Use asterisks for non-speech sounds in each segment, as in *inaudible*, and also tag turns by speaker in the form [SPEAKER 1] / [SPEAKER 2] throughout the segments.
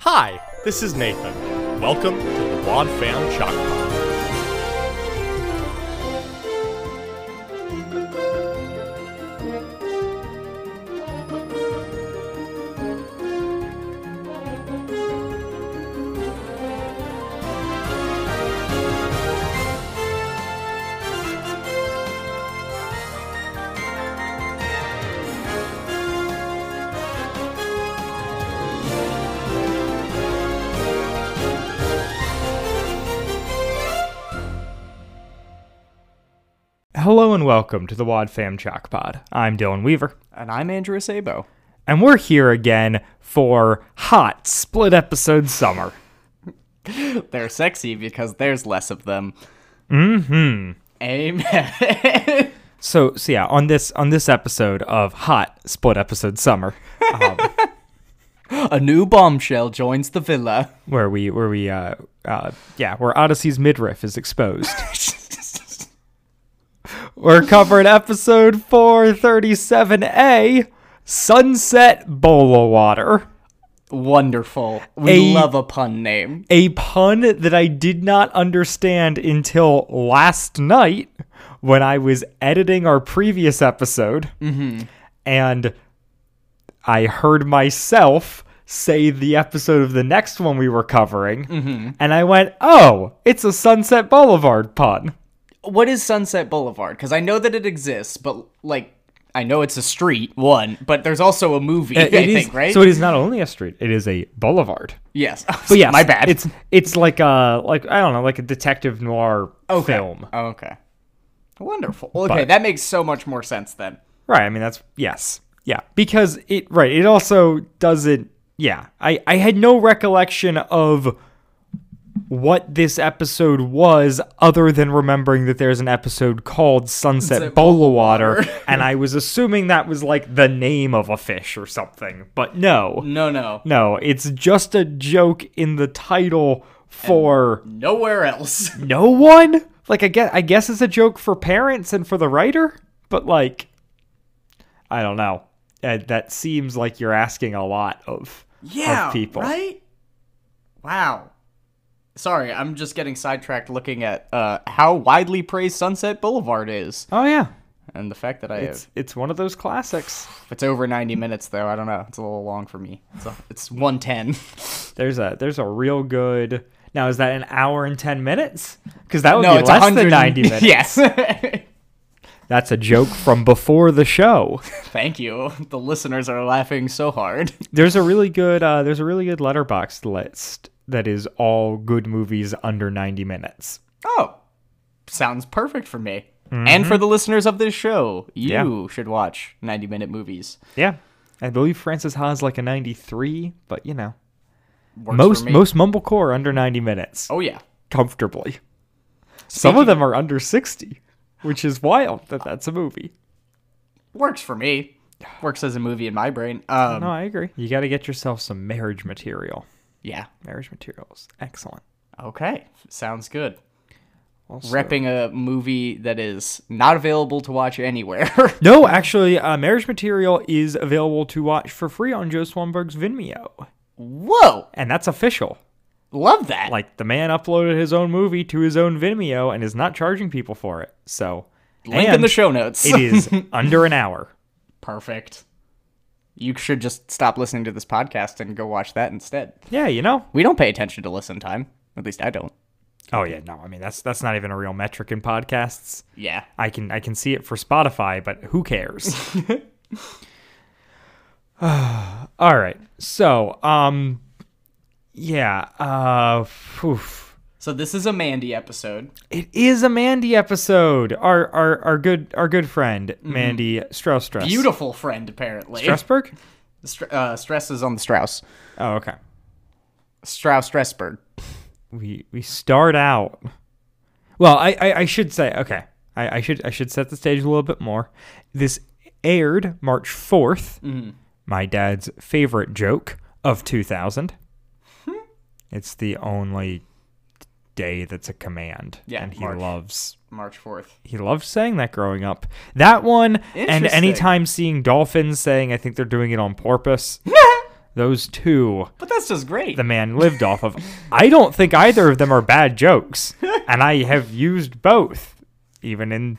[SPEAKER 1] Hi, this is Nathan. Welcome to the Wad Fam Shock Pod.
[SPEAKER 2] Hello and welcome to the Wad Fam Chalk Pod. I'm Dylan Weaver,
[SPEAKER 3] And I'm Andrew Sabo.
[SPEAKER 2] and we're here again for hot split episode summer.
[SPEAKER 3] *laughs* They're sexy because there's less of them. Mm-hmm. Amen. *laughs*
[SPEAKER 2] So, so yeah, on this on this episode of hot split episode summer,
[SPEAKER 3] A new bombshell joins the villa.
[SPEAKER 2] where we where we uh, uh yeah where Odyssey's midriff is
[SPEAKER 1] *laughs*
[SPEAKER 2] exposed, we're covering episode four thirty seven a sunset bola water.
[SPEAKER 3] Wonderful. We
[SPEAKER 2] A-
[SPEAKER 3] love a pun name.
[SPEAKER 2] a pun that I did not understand until last night when I was editing our previous episode. And I heard myself say the episode of the next one we were covering. And I went, oh, it's a Sunset Boulevard pun.
[SPEAKER 3] What is Sunset Boulevard? Because I know that it exists, but like, I know it's a street one, but there's also a movie. I
[SPEAKER 2] It is-
[SPEAKER 3] think, right?
[SPEAKER 2] So it is not only a street, it is a boulevard. *laughs*
[SPEAKER 3] yes.
[SPEAKER 2] But yes,
[SPEAKER 3] my bad.
[SPEAKER 2] It's it's like a like I don't know, like a detective noir
[SPEAKER 3] okay.
[SPEAKER 2] film.
[SPEAKER 3] Okay. Wonderful. Okay, that makes so much more sense then.
[SPEAKER 2] Right. I mean, that's yes. Yeah. Because it, right. It also doesn't, yeah. I, I had no recollection of what this episode was other than remembering that there's an episode called Sunset,
[SPEAKER 3] Sunset
[SPEAKER 2] Bola Water. and I was assuming that was like the name of a fish or something. But no.
[SPEAKER 3] No, no.
[SPEAKER 2] No. It's just a joke in the title for
[SPEAKER 3] Nowhere else.
[SPEAKER 2] no one. Like I guess I guess it's a joke for parents and for the writer, but like I don't know. Uh, that seems like you're asking a lot of
[SPEAKER 3] yeah,
[SPEAKER 2] of people.
[SPEAKER 3] Right? Wow. Sorry, I'm just getting sidetracked looking at uh, how widely praised Sunset Boulevard is,
[SPEAKER 2] Oh yeah,
[SPEAKER 3] and the fact that I
[SPEAKER 2] it's it's one of those classics.
[SPEAKER 3] if it's over 90 minutes though, I don't know, it's a little long for me. It's, a,
[SPEAKER 2] *laughs*
[SPEAKER 3] it's 110.
[SPEAKER 2] There's a there's a real good. Now is that an hour and ten minutes? Because that would
[SPEAKER 3] no,
[SPEAKER 2] be
[SPEAKER 3] it's
[SPEAKER 2] less
[SPEAKER 3] 100
[SPEAKER 2] than
[SPEAKER 3] *laughs*
[SPEAKER 2] ninety minutes.
[SPEAKER 3] Yes. *laughs*
[SPEAKER 2] That's a joke from before the show.
[SPEAKER 3] Thank you. The listeners are laughing so hard. *laughs*
[SPEAKER 2] There's a really good uh, there's a really good letterbox list that is all good movies under ninety minutes.
[SPEAKER 3] Oh, sounds perfect for me. And for the listeners of this show, you
[SPEAKER 2] Mm-hmm. Yeah.
[SPEAKER 3] should watch 90 minute movies.
[SPEAKER 2] Yeah. I believe Francis Ha's like a 93, but you know,
[SPEAKER 3] Works for
[SPEAKER 2] most
[SPEAKER 3] me.
[SPEAKER 2] most mumblecore are under 90 minutes
[SPEAKER 3] Oh yeah.
[SPEAKER 2] comfortably. Some of them are under 60, which is wild that that's a movie.
[SPEAKER 3] works for me. Works as a movie in my brain. Um,
[SPEAKER 2] No, I agree. You got to get yourself some marriage material.
[SPEAKER 3] yeah.
[SPEAKER 2] Marriage materials, excellent.
[SPEAKER 3] Okay. Sounds good.
[SPEAKER 2] Also-
[SPEAKER 3] Repping a movie that is not available to watch anywhere. *laughs*
[SPEAKER 2] no, actually, uh, marriage material is available to watch for free on Joe Swanberg's Vimeo,
[SPEAKER 3] Whoa.
[SPEAKER 2] and that's official.
[SPEAKER 3] Love that.
[SPEAKER 2] Like the man uploaded his own movie to his own Vimeo and is not charging people for it. So
[SPEAKER 3] Link in
[SPEAKER 2] and-
[SPEAKER 3] the show notes.
[SPEAKER 2] It is *laughs* under an hour.
[SPEAKER 3] *laughs* Perfect. You should just stop listening to this podcast and go watch that instead.
[SPEAKER 2] Yeah, you know.
[SPEAKER 3] We don't pay attention to listen time. At least I don't.
[SPEAKER 2] Oh yeah, no. I mean, that's that's not even a real metric in podcasts.
[SPEAKER 3] Yeah.
[SPEAKER 2] I can I can see it for Spotify, but who *laughs* cares? *sighs* All right. So, um yeah, uh oof.
[SPEAKER 3] So this is a Mandy episode.
[SPEAKER 2] It is a Mandy episode. Our our our good our good friend Mandy Strauss Strauss.
[SPEAKER 3] Beautiful friend, apparently.
[SPEAKER 2] Strasberg?
[SPEAKER 3] Str- uh, stress is on the Strauss.
[SPEAKER 2] Oh, okay.
[SPEAKER 3] Strauss Stressberg.
[SPEAKER 2] we we start out well I, I i should say okay i i should i should set the stage a little bit more this aired march 4th
[SPEAKER 3] Mm-hmm.
[SPEAKER 2] my dad's favorite joke of 2000
[SPEAKER 3] Hmm.
[SPEAKER 2] it's the only day that's a command
[SPEAKER 3] Yeah,
[SPEAKER 2] and he
[SPEAKER 3] March.
[SPEAKER 2] loves
[SPEAKER 3] March 4th.
[SPEAKER 2] he loved saying that growing up that one and
[SPEAKER 3] Interesting. *laughs*
[SPEAKER 2] anytime seeing dolphins saying i think they're doing it on porpoise Those two
[SPEAKER 3] But that's just great.
[SPEAKER 2] the man lived off of. I don't think either of them are bad jokes, and I have used both. Even in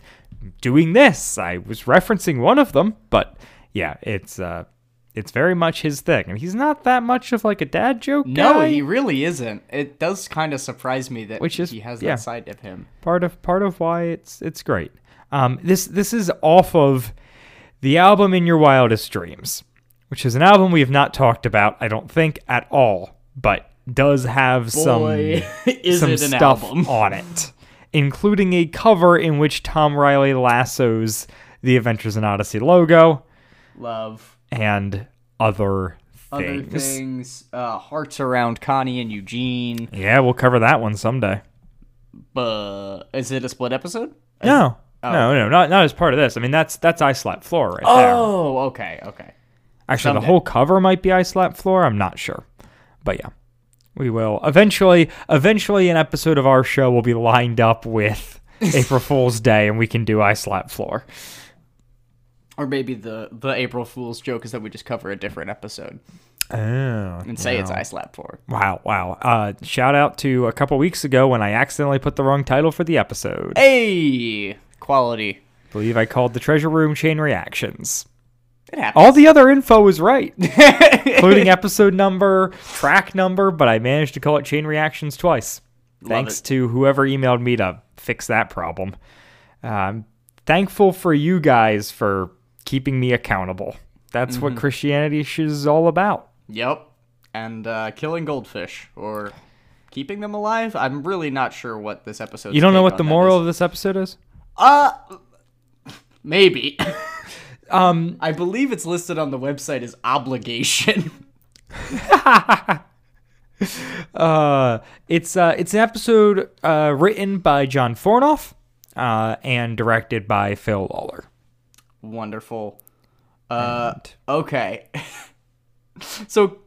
[SPEAKER 2] doing this, I was referencing one of them, but yeah, it's uh it's very much his thing. And he's not that much of like a dad joke
[SPEAKER 3] no,
[SPEAKER 2] guy.
[SPEAKER 3] he really isn't. It does kind of surprise me that
[SPEAKER 2] Which is-
[SPEAKER 3] he has
[SPEAKER 2] yeah.
[SPEAKER 3] that side of him.
[SPEAKER 2] part of part of why it's it's great. Um, this this is off of the album In Your Wildest Dreams, which is an album we have not talked about, I don't think, at all, but does have
[SPEAKER 3] Boy,
[SPEAKER 2] some
[SPEAKER 3] *laughs* is
[SPEAKER 2] some
[SPEAKER 3] it an
[SPEAKER 2] stuff
[SPEAKER 3] album. *laughs*
[SPEAKER 2] on it, including a cover in which Tom Riley lassos the Adventures in Odyssey logo
[SPEAKER 3] Love,
[SPEAKER 2] and other
[SPEAKER 3] other
[SPEAKER 2] things.
[SPEAKER 3] things, uh, hearts around Connie and Eugene.
[SPEAKER 2] Yeah, we'll cover that one someday.
[SPEAKER 3] But is it a split episode?
[SPEAKER 2] No,
[SPEAKER 3] oh.
[SPEAKER 2] no, no, not not as part of this. I mean, that's that's I Slap Floor right there.
[SPEAKER 3] Oh, okay, okay.
[SPEAKER 2] Actually,
[SPEAKER 3] Someday.
[SPEAKER 2] the whole cover might be I Slap Floor. I'm not sure. But yeah, we will. Eventually, eventually, an episode of our show will be lined up
[SPEAKER 3] *laughs*
[SPEAKER 2] with April Fool's Day and we can do I Slap Floor.
[SPEAKER 3] Or maybe the the April Fool's joke is that we just cover a different episode
[SPEAKER 2] Oh.
[SPEAKER 3] and say it's I slapped for.
[SPEAKER 2] Wow, wow. Uh, shout out to a couple weeks ago when I accidentally put the wrong title for the episode. I
[SPEAKER 3] Hey, quality.
[SPEAKER 2] believe I called the Treasure Room Chain Reactions.
[SPEAKER 3] It happens.
[SPEAKER 2] All the other info was right, *laughs* including episode number, track number, but I managed to call it Chain Reactions twice. Thanks
[SPEAKER 3] it.
[SPEAKER 2] to whoever emailed me to fix that problem. Uh, I'm thankful for you guys for keeping me accountable. That's what Christianity is all about.
[SPEAKER 3] Yep. And uh, killing goldfish or keeping them alive. I'm really not sure what this episode.
[SPEAKER 2] You don't know what the moral of this episode is?
[SPEAKER 3] Uh, maybe. um, I believe it's listed on the website as obligation.
[SPEAKER 2] Uh, it's uh, it's an episode uh, written by John Fornoff uh, and directed by Phil Lawler.
[SPEAKER 3] Wonderful. Uh, okay. *laughs* so,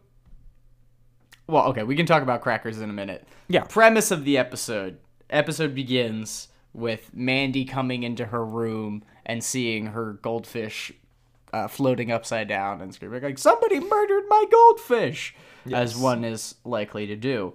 [SPEAKER 3] well, okay, we can talk about crackers in a minute.
[SPEAKER 2] Yeah.
[SPEAKER 3] Premise of the episode. Episode begins with Mandy coming into her room and seeing her goldfish uh, floating upside down and screaming like, "Somebody murdered my goldfish," as one is likely to do.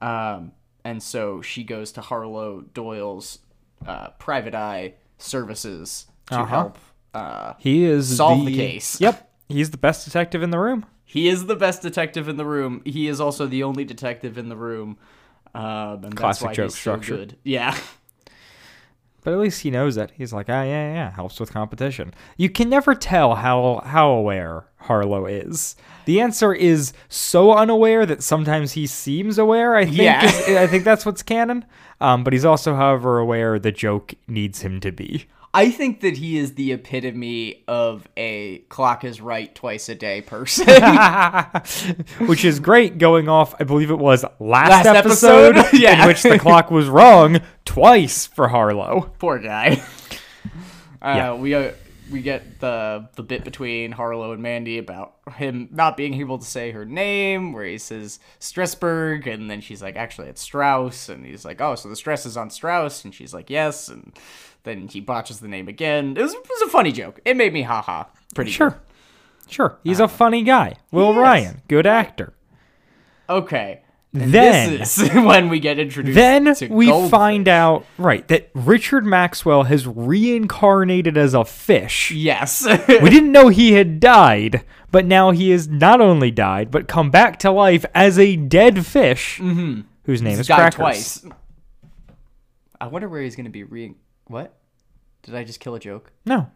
[SPEAKER 3] Um, and so she goes to Harlow Doyle's uh, private eye services to help. Uh,
[SPEAKER 2] He is
[SPEAKER 3] Solve the case.
[SPEAKER 2] Yep, he's the best detective in the room.
[SPEAKER 3] He is the best detective in the room. He is also the only detective in the room. Um, and that's
[SPEAKER 2] Classic
[SPEAKER 3] why
[SPEAKER 2] joke
[SPEAKER 3] he's
[SPEAKER 2] structure.
[SPEAKER 3] So good. Yeah. *laughs*
[SPEAKER 2] But at least he knows it. He's like, ah, yeah, yeah, helps with competition. You can never tell how how aware Harlow is. The answer is so unaware that sometimes he seems aware. I think
[SPEAKER 3] Yeah.
[SPEAKER 2] is- I think that's what's canon. Um, but he's also, however, aware the joke needs him to be.
[SPEAKER 3] I think that he is the epitome of a clock is right twice a day person.
[SPEAKER 2] *laughs* Which is great going off, I believe it was last,
[SPEAKER 3] Last
[SPEAKER 2] episode,
[SPEAKER 3] episode? *laughs* Yeah.
[SPEAKER 2] in which the clock was wrong twice for Harlow.
[SPEAKER 3] Poor guy. *laughs* Uh,
[SPEAKER 2] Yeah.
[SPEAKER 3] We uh, we get the the bit between Harlow and Mandy about him not being able to say her name, where he says Stressberg, and then she's like, actually, it's Strauss, and he's like, oh, so the stress is on Strauss, and she's like, yes, and then he botches the name again. It was, it was a funny joke. It made me haha. Pretty good.
[SPEAKER 2] Sure. Sure. He's a funny guy. Will
[SPEAKER 3] He is.
[SPEAKER 2] Ryan, good actor.
[SPEAKER 3] Okay. And
[SPEAKER 2] Then-
[SPEAKER 3] this is *laughs* when we get introduced.
[SPEAKER 2] Then
[SPEAKER 3] to
[SPEAKER 2] we
[SPEAKER 3] Goldfish.
[SPEAKER 2] find out, right, that Richard Maxwell has reincarnated as a fish.
[SPEAKER 3] Yes. *laughs*
[SPEAKER 2] we didn't know he had died, but now he has not only died, but come back to life as a dead fish whose name is
[SPEAKER 3] Mm-hmm. died
[SPEAKER 2] Crackers.
[SPEAKER 3] twice. I wonder where he's gonna be re. What? Did I just kill a joke?
[SPEAKER 2] No.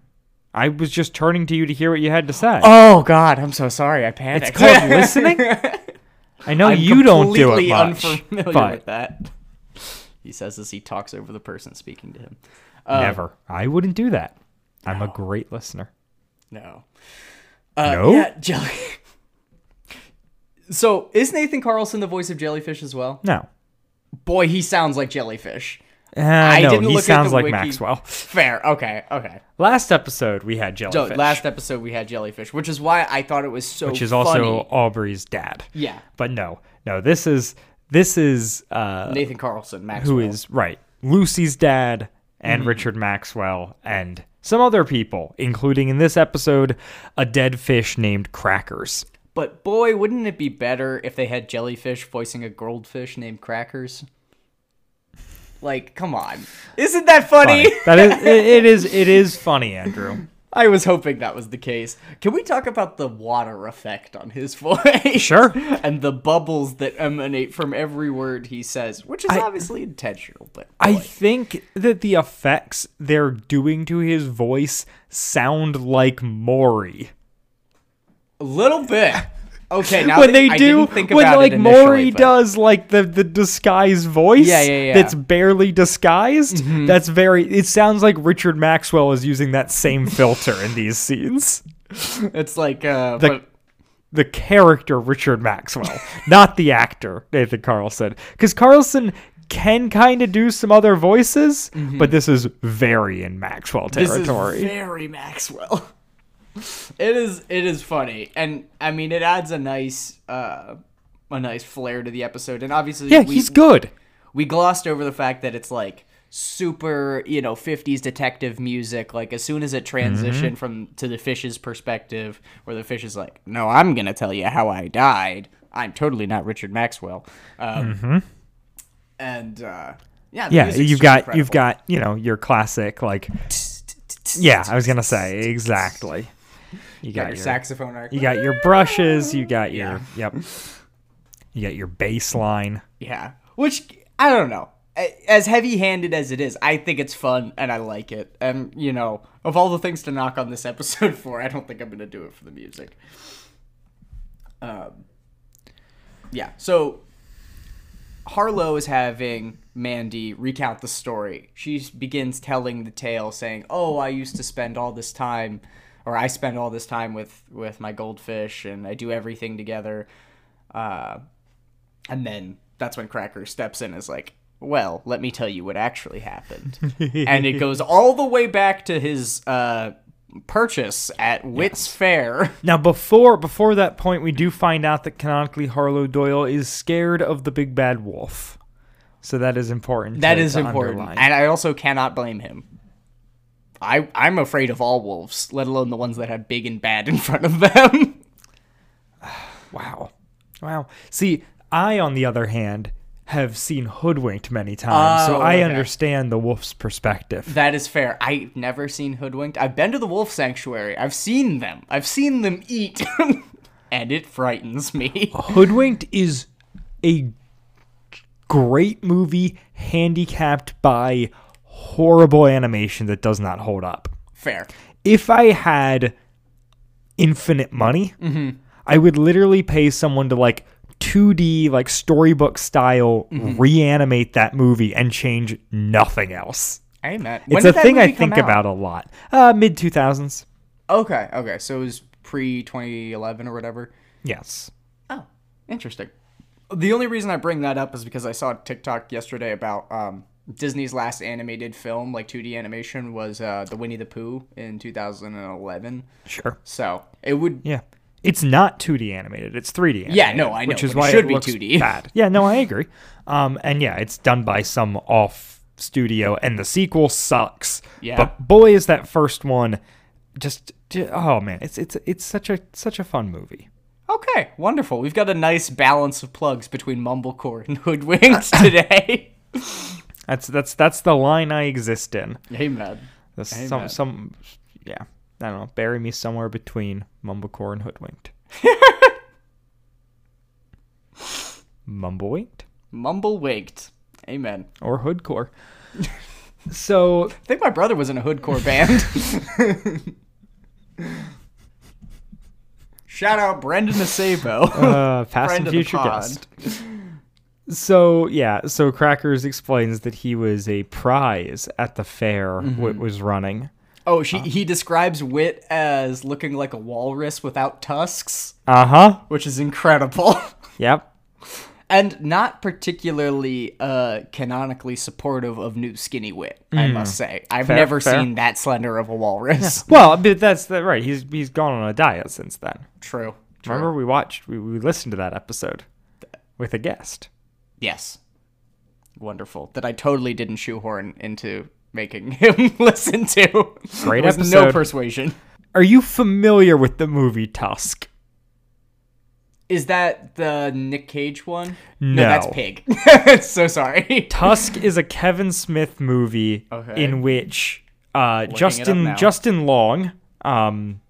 [SPEAKER 2] I was just turning to you to hear what you had to say.
[SPEAKER 3] Oh God, I'm so sorry. I panicked.
[SPEAKER 2] it's called
[SPEAKER 3] *laughs*
[SPEAKER 2] listening. I know
[SPEAKER 3] I'm
[SPEAKER 2] you don't do it
[SPEAKER 3] completely
[SPEAKER 2] much,
[SPEAKER 3] unfamiliar with
[SPEAKER 2] but
[SPEAKER 3] that. He says as he talks over the person speaking to him. uh,
[SPEAKER 2] never. I wouldn't do that. I'm a great listener.
[SPEAKER 3] No. Uh,
[SPEAKER 2] No?
[SPEAKER 3] Yeah, jelly. *laughs* so is Nathan Carlson the voice of Jellyfish as well?
[SPEAKER 2] No.
[SPEAKER 3] Boy, he sounds like Jellyfish.
[SPEAKER 2] Uh,
[SPEAKER 3] I
[SPEAKER 2] no,
[SPEAKER 3] didn't
[SPEAKER 2] he
[SPEAKER 3] look at
[SPEAKER 2] sounds
[SPEAKER 3] the
[SPEAKER 2] like
[SPEAKER 3] wiki.
[SPEAKER 2] Maxwell.
[SPEAKER 3] Fair. Okay. Okay.
[SPEAKER 2] Last episode we had
[SPEAKER 3] So
[SPEAKER 2] jellyfish,
[SPEAKER 3] last episode we had Jellyfish, which is why I thought it was so.
[SPEAKER 2] which is also
[SPEAKER 3] funny.
[SPEAKER 2] Aubrey's dad.
[SPEAKER 3] yeah.
[SPEAKER 2] But no, no, this is this is uh,
[SPEAKER 3] Nathan Carlson, Maxwell.
[SPEAKER 2] who is right Lucy's dad and
[SPEAKER 3] Mm-hmm.
[SPEAKER 2] Richard Maxwell and some other people, including in this episode a dead fish named Crackers.
[SPEAKER 3] But boy, wouldn't it be better if they had jellyfish voicing a goldfish named Crackers? Like, come on. Isn't that funny?
[SPEAKER 2] Funny. *laughs* that is, it, it is, it is funny, Andrew.
[SPEAKER 3] *laughs* I was hoping that was the case. Can we talk about the water effect on his *laughs* voice?
[SPEAKER 2] Sure.
[SPEAKER 3] and the bubbles that emanate from every word he says, which is obviously intentional, but
[SPEAKER 2] I
[SPEAKER 3] boy.
[SPEAKER 2] think that the effects they're doing to his voice sound like Maury.
[SPEAKER 3] a little
[SPEAKER 2] *laughs*
[SPEAKER 3] bit. Okay, now
[SPEAKER 2] when
[SPEAKER 3] that-
[SPEAKER 2] they
[SPEAKER 3] I
[SPEAKER 2] do,
[SPEAKER 3] didn't think
[SPEAKER 2] when
[SPEAKER 3] about it
[SPEAKER 2] like
[SPEAKER 3] initially,
[SPEAKER 2] Maury
[SPEAKER 3] but-
[SPEAKER 2] does like the the disguise voice,
[SPEAKER 3] Yeah, yeah, Mm-hmm. yeah.
[SPEAKER 2] that's barely disguised. That's very. It sounds like Richard Maxwell is using that same filter in these scenes.
[SPEAKER 3] It's like uh,
[SPEAKER 2] The
[SPEAKER 3] but-
[SPEAKER 2] the character Richard Maxwell, *laughs* not the actor Nathan Carlson, because Carlson can kind of do some other voices, but this is very in Maxwell
[SPEAKER 3] Mm-hmm. This
[SPEAKER 2] territory.
[SPEAKER 3] is very Maxwell. *laughs* It is it is funny, and I mean it adds a nice uh a nice flair to the episode, and obviously
[SPEAKER 2] yeah,
[SPEAKER 3] we,
[SPEAKER 2] he's good.
[SPEAKER 3] we glossed over the fact that it's like super you know 50s detective music like as soon as it transitioned
[SPEAKER 2] Mm-hmm.
[SPEAKER 3] from to the fish's perspective where the fish is like no i'm gonna tell you how i died i'm totally not richard maxwell um, and uh, yeah
[SPEAKER 2] Mm-hmm.
[SPEAKER 3] the
[SPEAKER 2] Yeah,
[SPEAKER 3] music's
[SPEAKER 2] you've
[SPEAKER 3] just
[SPEAKER 2] got you've
[SPEAKER 3] incredible.
[SPEAKER 2] got you know your classic like yeah. I was gonna say exactly. You
[SPEAKER 3] Got your saxophone arc.
[SPEAKER 2] You got your brushes. You got your yep. You got your baseline.
[SPEAKER 3] Yeah. Which I don't know. A- As heavy-handed as it is, I think it's fun and I like it. And you know, of all the things to knock on this *laughs* episode for, I don't think I'm gonna do it for the music. Um. Yeah. So Harlow is having Mandy recount the story. She s- begins telling the tale, saying, "Oh, I used to spend all this time, or I spend all this time with with my goldfish, and I do everything together." Uh, and then that's when Cracker steps in and is like, well, let me tell you what actually happened. *laughs* and it goes all the way back to his uh, purchase at Wits Fair.
[SPEAKER 2] Now before before that point, we do find out that canonically Harlow Doyle is scared of the big bad wolf. So that is important.
[SPEAKER 3] *laughs* That
[SPEAKER 2] to-
[SPEAKER 3] is
[SPEAKER 2] to
[SPEAKER 3] important.
[SPEAKER 2] underline.
[SPEAKER 3] And I also cannot blame him. I, I'm afraid of all wolves, let alone the ones that have big and bad in front of them. *laughs*
[SPEAKER 2] Wow. Wow. See, I, on the other hand, have seen hoodwinked many times,
[SPEAKER 3] Oh,
[SPEAKER 2] so I
[SPEAKER 3] okay.
[SPEAKER 2] understand the wolf's perspective.
[SPEAKER 3] that is fair. I've never seen hoodwinked. I've been to the wolf sanctuary. I've seen them. I've seen them eat. *laughs* and it frightens me.
[SPEAKER 2] hoodwinked is a great movie handicapped by horrible animation that does not hold up.
[SPEAKER 3] Fair.
[SPEAKER 2] If I had infinite money, I would literally pay someone to like 2D, like storybook style, reanimate that movie and change nothing else.
[SPEAKER 3] Hey, Matt.
[SPEAKER 2] It's a thing I think about a lot. Uh, Mid 2000s.
[SPEAKER 3] Okay, okay. So it was pre 2011 or whatever.
[SPEAKER 2] Yes.
[SPEAKER 3] Oh, interesting. The only reason I bring that up is because I saw a TikTok yesterday about um, Disney's last animated film, like 2D animation, was uh, the Winnie the Pooh in 2011.
[SPEAKER 2] Sure.
[SPEAKER 3] So it would.
[SPEAKER 2] Yeah. It's not 2D animated. It's 3D. Animated,
[SPEAKER 3] Yeah, no, I know,
[SPEAKER 2] Which is
[SPEAKER 3] but it
[SPEAKER 2] why
[SPEAKER 3] should
[SPEAKER 2] it
[SPEAKER 3] be
[SPEAKER 2] looks
[SPEAKER 3] 2D.
[SPEAKER 2] bad. Yeah, no, I agree. Um, and yeah, it's done by some off studio, and the sequel sucks.
[SPEAKER 3] Yeah.
[SPEAKER 2] But boy, is that first one just, j- oh man, it's it's it's such a such a fun movie.
[SPEAKER 3] Okay, wonderful. We've got a nice balance of plugs between Mumblecore and *laughs* Hoodwinks today.
[SPEAKER 2] That's that's that's the line I exist in.
[SPEAKER 3] hey, man.
[SPEAKER 2] That's some some yeah. I don't know. Bury me somewhere between Mumblecore and
[SPEAKER 3] *laughs*
[SPEAKER 2] Hoodwinked. Mumblewinked
[SPEAKER 3] Mumble winked. Amen.
[SPEAKER 2] or Hoodcore. *laughs* so
[SPEAKER 3] I think my brother was in a hoodcore
[SPEAKER 2] *laughs*
[SPEAKER 3] band. Shout out Brendan Acebo.
[SPEAKER 2] *laughs* uh, past
[SPEAKER 3] Friend
[SPEAKER 2] and
[SPEAKER 3] of the
[SPEAKER 2] future
[SPEAKER 3] pod.
[SPEAKER 2] guest. So yeah, so Crackers explains that he was a prize at the fair
[SPEAKER 3] Mm-hmm.
[SPEAKER 2] Wit was running.
[SPEAKER 3] oh,
[SPEAKER 2] uh.
[SPEAKER 3] she, he describes Wit as looking like a walrus without tusks,
[SPEAKER 2] Uh huh.
[SPEAKER 3] which is incredible. *laughs*
[SPEAKER 2] Yep.
[SPEAKER 3] and not particularly uh, canonically supportive of new skinny Wit, I must say.
[SPEAKER 2] Hmm.
[SPEAKER 3] I've
[SPEAKER 2] Fair,
[SPEAKER 3] never
[SPEAKER 2] fair.
[SPEAKER 3] seen that slender of a walrus.
[SPEAKER 2] Well, but that's that right. He's he's gone on a diet since then.
[SPEAKER 3] True. True.
[SPEAKER 2] Remember we watched we, we listened to that episode with a guest.
[SPEAKER 3] Yes. Wonderful. That I totally didn't shoehorn into making *laughs* him listen to.
[SPEAKER 2] Great
[SPEAKER 3] With
[SPEAKER 2] episode.
[SPEAKER 3] no persuasion.
[SPEAKER 2] Are you familiar with the movie Tusk?
[SPEAKER 3] Is that the Nick Cage one?
[SPEAKER 2] No.
[SPEAKER 3] that's Pig. *laughs* so sorry.
[SPEAKER 2] Tusk is a Kevin Smith movie
[SPEAKER 3] Okay.
[SPEAKER 2] in which uh, Justin
[SPEAKER 3] now.
[SPEAKER 2] Justin Long, um,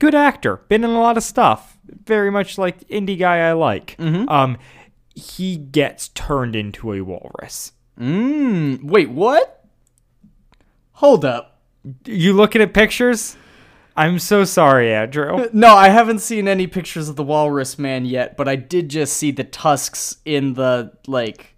[SPEAKER 2] good actor, been in a lot of stuff, very much like indie guy I like.
[SPEAKER 3] Mm-hmm.
[SPEAKER 2] Um, he gets turned into a walrus.
[SPEAKER 3] Mm, wait, what? Hold up.
[SPEAKER 2] You looking at pictures? I'm so sorry,
[SPEAKER 3] *laughs*
[SPEAKER 2] Andrew.
[SPEAKER 3] No, I haven't seen any pictures of the walrus man yet, but I did just see the tusks in the like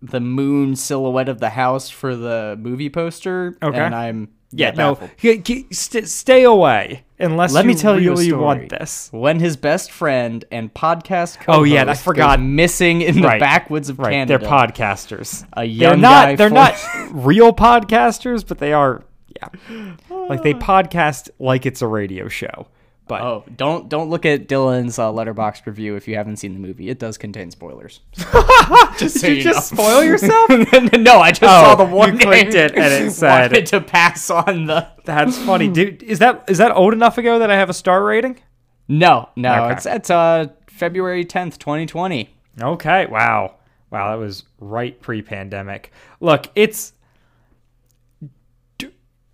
[SPEAKER 3] the moon silhouette of the house for the movie poster.
[SPEAKER 2] Okay.
[SPEAKER 3] And I'm
[SPEAKER 2] Yeah, no,
[SPEAKER 3] baffled.
[SPEAKER 2] he- he- st- stay away unless
[SPEAKER 3] Let
[SPEAKER 2] you
[SPEAKER 3] me tell you a
[SPEAKER 2] really want
[SPEAKER 3] story.
[SPEAKER 2] this.
[SPEAKER 3] When his best friend and podcast co
[SPEAKER 2] Oh, yeah, I forgot.
[SPEAKER 3] missing in the
[SPEAKER 2] Right.
[SPEAKER 3] backwoods of
[SPEAKER 2] Right,
[SPEAKER 3] Canada.
[SPEAKER 2] they're podcasters.
[SPEAKER 3] A
[SPEAKER 2] they're
[SPEAKER 3] young
[SPEAKER 2] not
[SPEAKER 3] guy
[SPEAKER 2] they're
[SPEAKER 3] for- *laughs*
[SPEAKER 2] not real podcasters, but they are
[SPEAKER 3] *sighs*
[SPEAKER 2] yeah. Like they podcast like it's a radio show. But
[SPEAKER 3] Oh, don't don't look at Dylan's uh, letterbox review if you haven't seen the movie. It does
[SPEAKER 2] *laughs*
[SPEAKER 3] contain spoilers. *laughs* just so
[SPEAKER 2] did you, just spoil yourself?
[SPEAKER 3] *laughs*
[SPEAKER 2] Oh,
[SPEAKER 3] no, I just saw the
[SPEAKER 2] you
[SPEAKER 3] warning.
[SPEAKER 2] clicked it and it said-
[SPEAKER 3] *laughs* wanted to pass on the.
[SPEAKER 2] That's
[SPEAKER 3] *laughs*
[SPEAKER 2] funny. Dude, is that is that old enough ago that I have a star rating?
[SPEAKER 3] No, no,
[SPEAKER 2] Okay.
[SPEAKER 3] it's it's uh February tenth, twenty twenty.
[SPEAKER 2] Okay. Wow. Wow, that was right pre-pandemic. Look, it's d-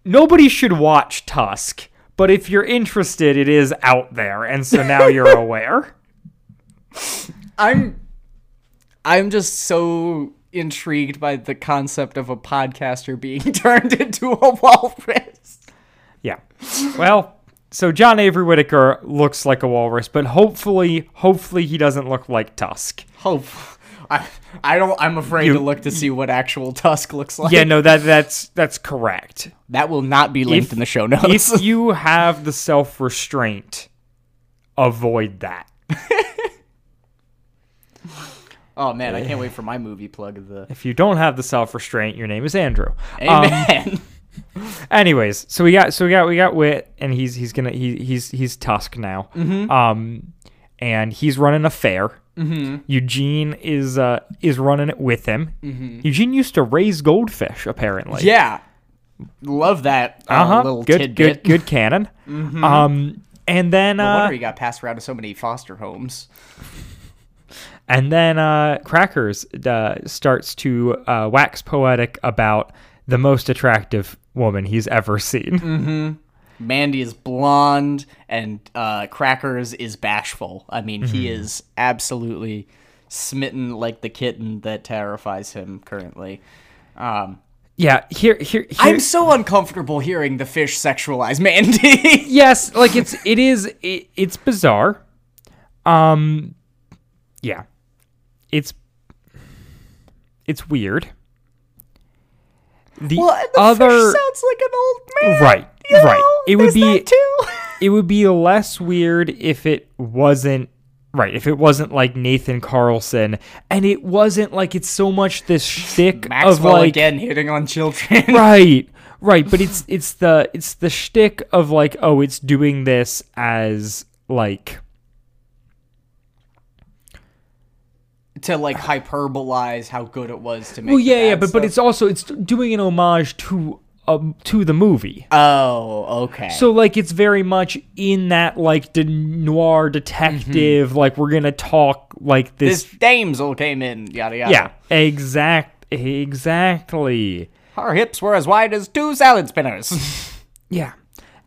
[SPEAKER 2] nobody should watch Tusk, but if you're interested, it is out there, and so now
[SPEAKER 3] *laughs*
[SPEAKER 2] you're aware.
[SPEAKER 3] I'm, I'm just so intrigued by the concept of a
[SPEAKER 2] *laughs*
[SPEAKER 3] podcaster being turned into a walrus.
[SPEAKER 2] Yeah. Well, so John Avery Whitaker looks like a walrus, but hopefully, hopefully he doesn't look like Tusk.
[SPEAKER 3] Hope. Oh, *laughs* I, I don't. I'm afraid to look to see what actual Tusk looks like.
[SPEAKER 2] Yeah, no, that that's that's correct.
[SPEAKER 3] That will not be linked
[SPEAKER 2] If-
[SPEAKER 3] in the show notes. *laughs*
[SPEAKER 2] If you have the self restraint, avoid that.
[SPEAKER 3] oh man, I can't wait for my movie plug of the.
[SPEAKER 2] If you don't have the self restraint, your name is Andrew. Um,
[SPEAKER 3] Amen.
[SPEAKER 2] anyways, so we got so we got we got Wit, and he's he's gonna he, he's he's Tusk now.
[SPEAKER 3] Mm-hmm.
[SPEAKER 2] Um, and he's running a fair.
[SPEAKER 3] Mm-hmm.
[SPEAKER 2] Eugene is uh is running it with him. Eugene used to raise goldfish apparently.
[SPEAKER 3] *laughs* Mm-hmm. yeah, love that uh,
[SPEAKER 2] uh-huh.
[SPEAKER 3] little
[SPEAKER 2] good,
[SPEAKER 3] tidbit. Mm-hmm.
[SPEAKER 2] Good, good canon. Um, and then,
[SPEAKER 3] No
[SPEAKER 2] uh,
[SPEAKER 3] wonder he got passed around to so many foster homes.
[SPEAKER 2] and then uh, Crackers uh, starts to uh, wax poetic about the most attractive woman he's ever seen.
[SPEAKER 3] Mm. Mandy is blonde, and uh, Crackers is bashful. I mean, he
[SPEAKER 2] Mm-hmm.
[SPEAKER 3] is absolutely smitten like the kitten that terrifies him currently. Um,
[SPEAKER 2] Yeah, here, here, here.
[SPEAKER 3] I'm so uncomfortable hearing the fish sexualize Mandy. *laughs*
[SPEAKER 2] yes, like it's it is it, it's bizarre. Um, yeah, it's it's weird. The other
[SPEAKER 3] sounds like an old man.
[SPEAKER 2] right, right. it would be
[SPEAKER 3] too.
[SPEAKER 2] it would be less weird if it wasn't right if it wasn't like Nathan Carlson and it wasn't like it's so much this shtick of
[SPEAKER 3] *laughs* Maxwell
[SPEAKER 2] like
[SPEAKER 3] again hitting on children.
[SPEAKER 2] *laughs* right right but it's it's the it's the shtick of like oh it's doing this as like
[SPEAKER 3] *laughs* to like hyperbolize how good it was to make.
[SPEAKER 2] well
[SPEAKER 3] the
[SPEAKER 2] Oh, yeah yeah
[SPEAKER 3] bad
[SPEAKER 2] but but
[SPEAKER 3] stuff.
[SPEAKER 2] it's also it's doing an homage to um to the movie
[SPEAKER 3] oh okay.
[SPEAKER 2] So like it's very much in that like de noir detective like we're gonna talk like
[SPEAKER 3] Mm-hmm. this damsel came in, yada yada.
[SPEAKER 2] Yeah, exact, exactly.
[SPEAKER 3] Our hips were as wide as two salad spinners. *laughs*
[SPEAKER 2] Yeah,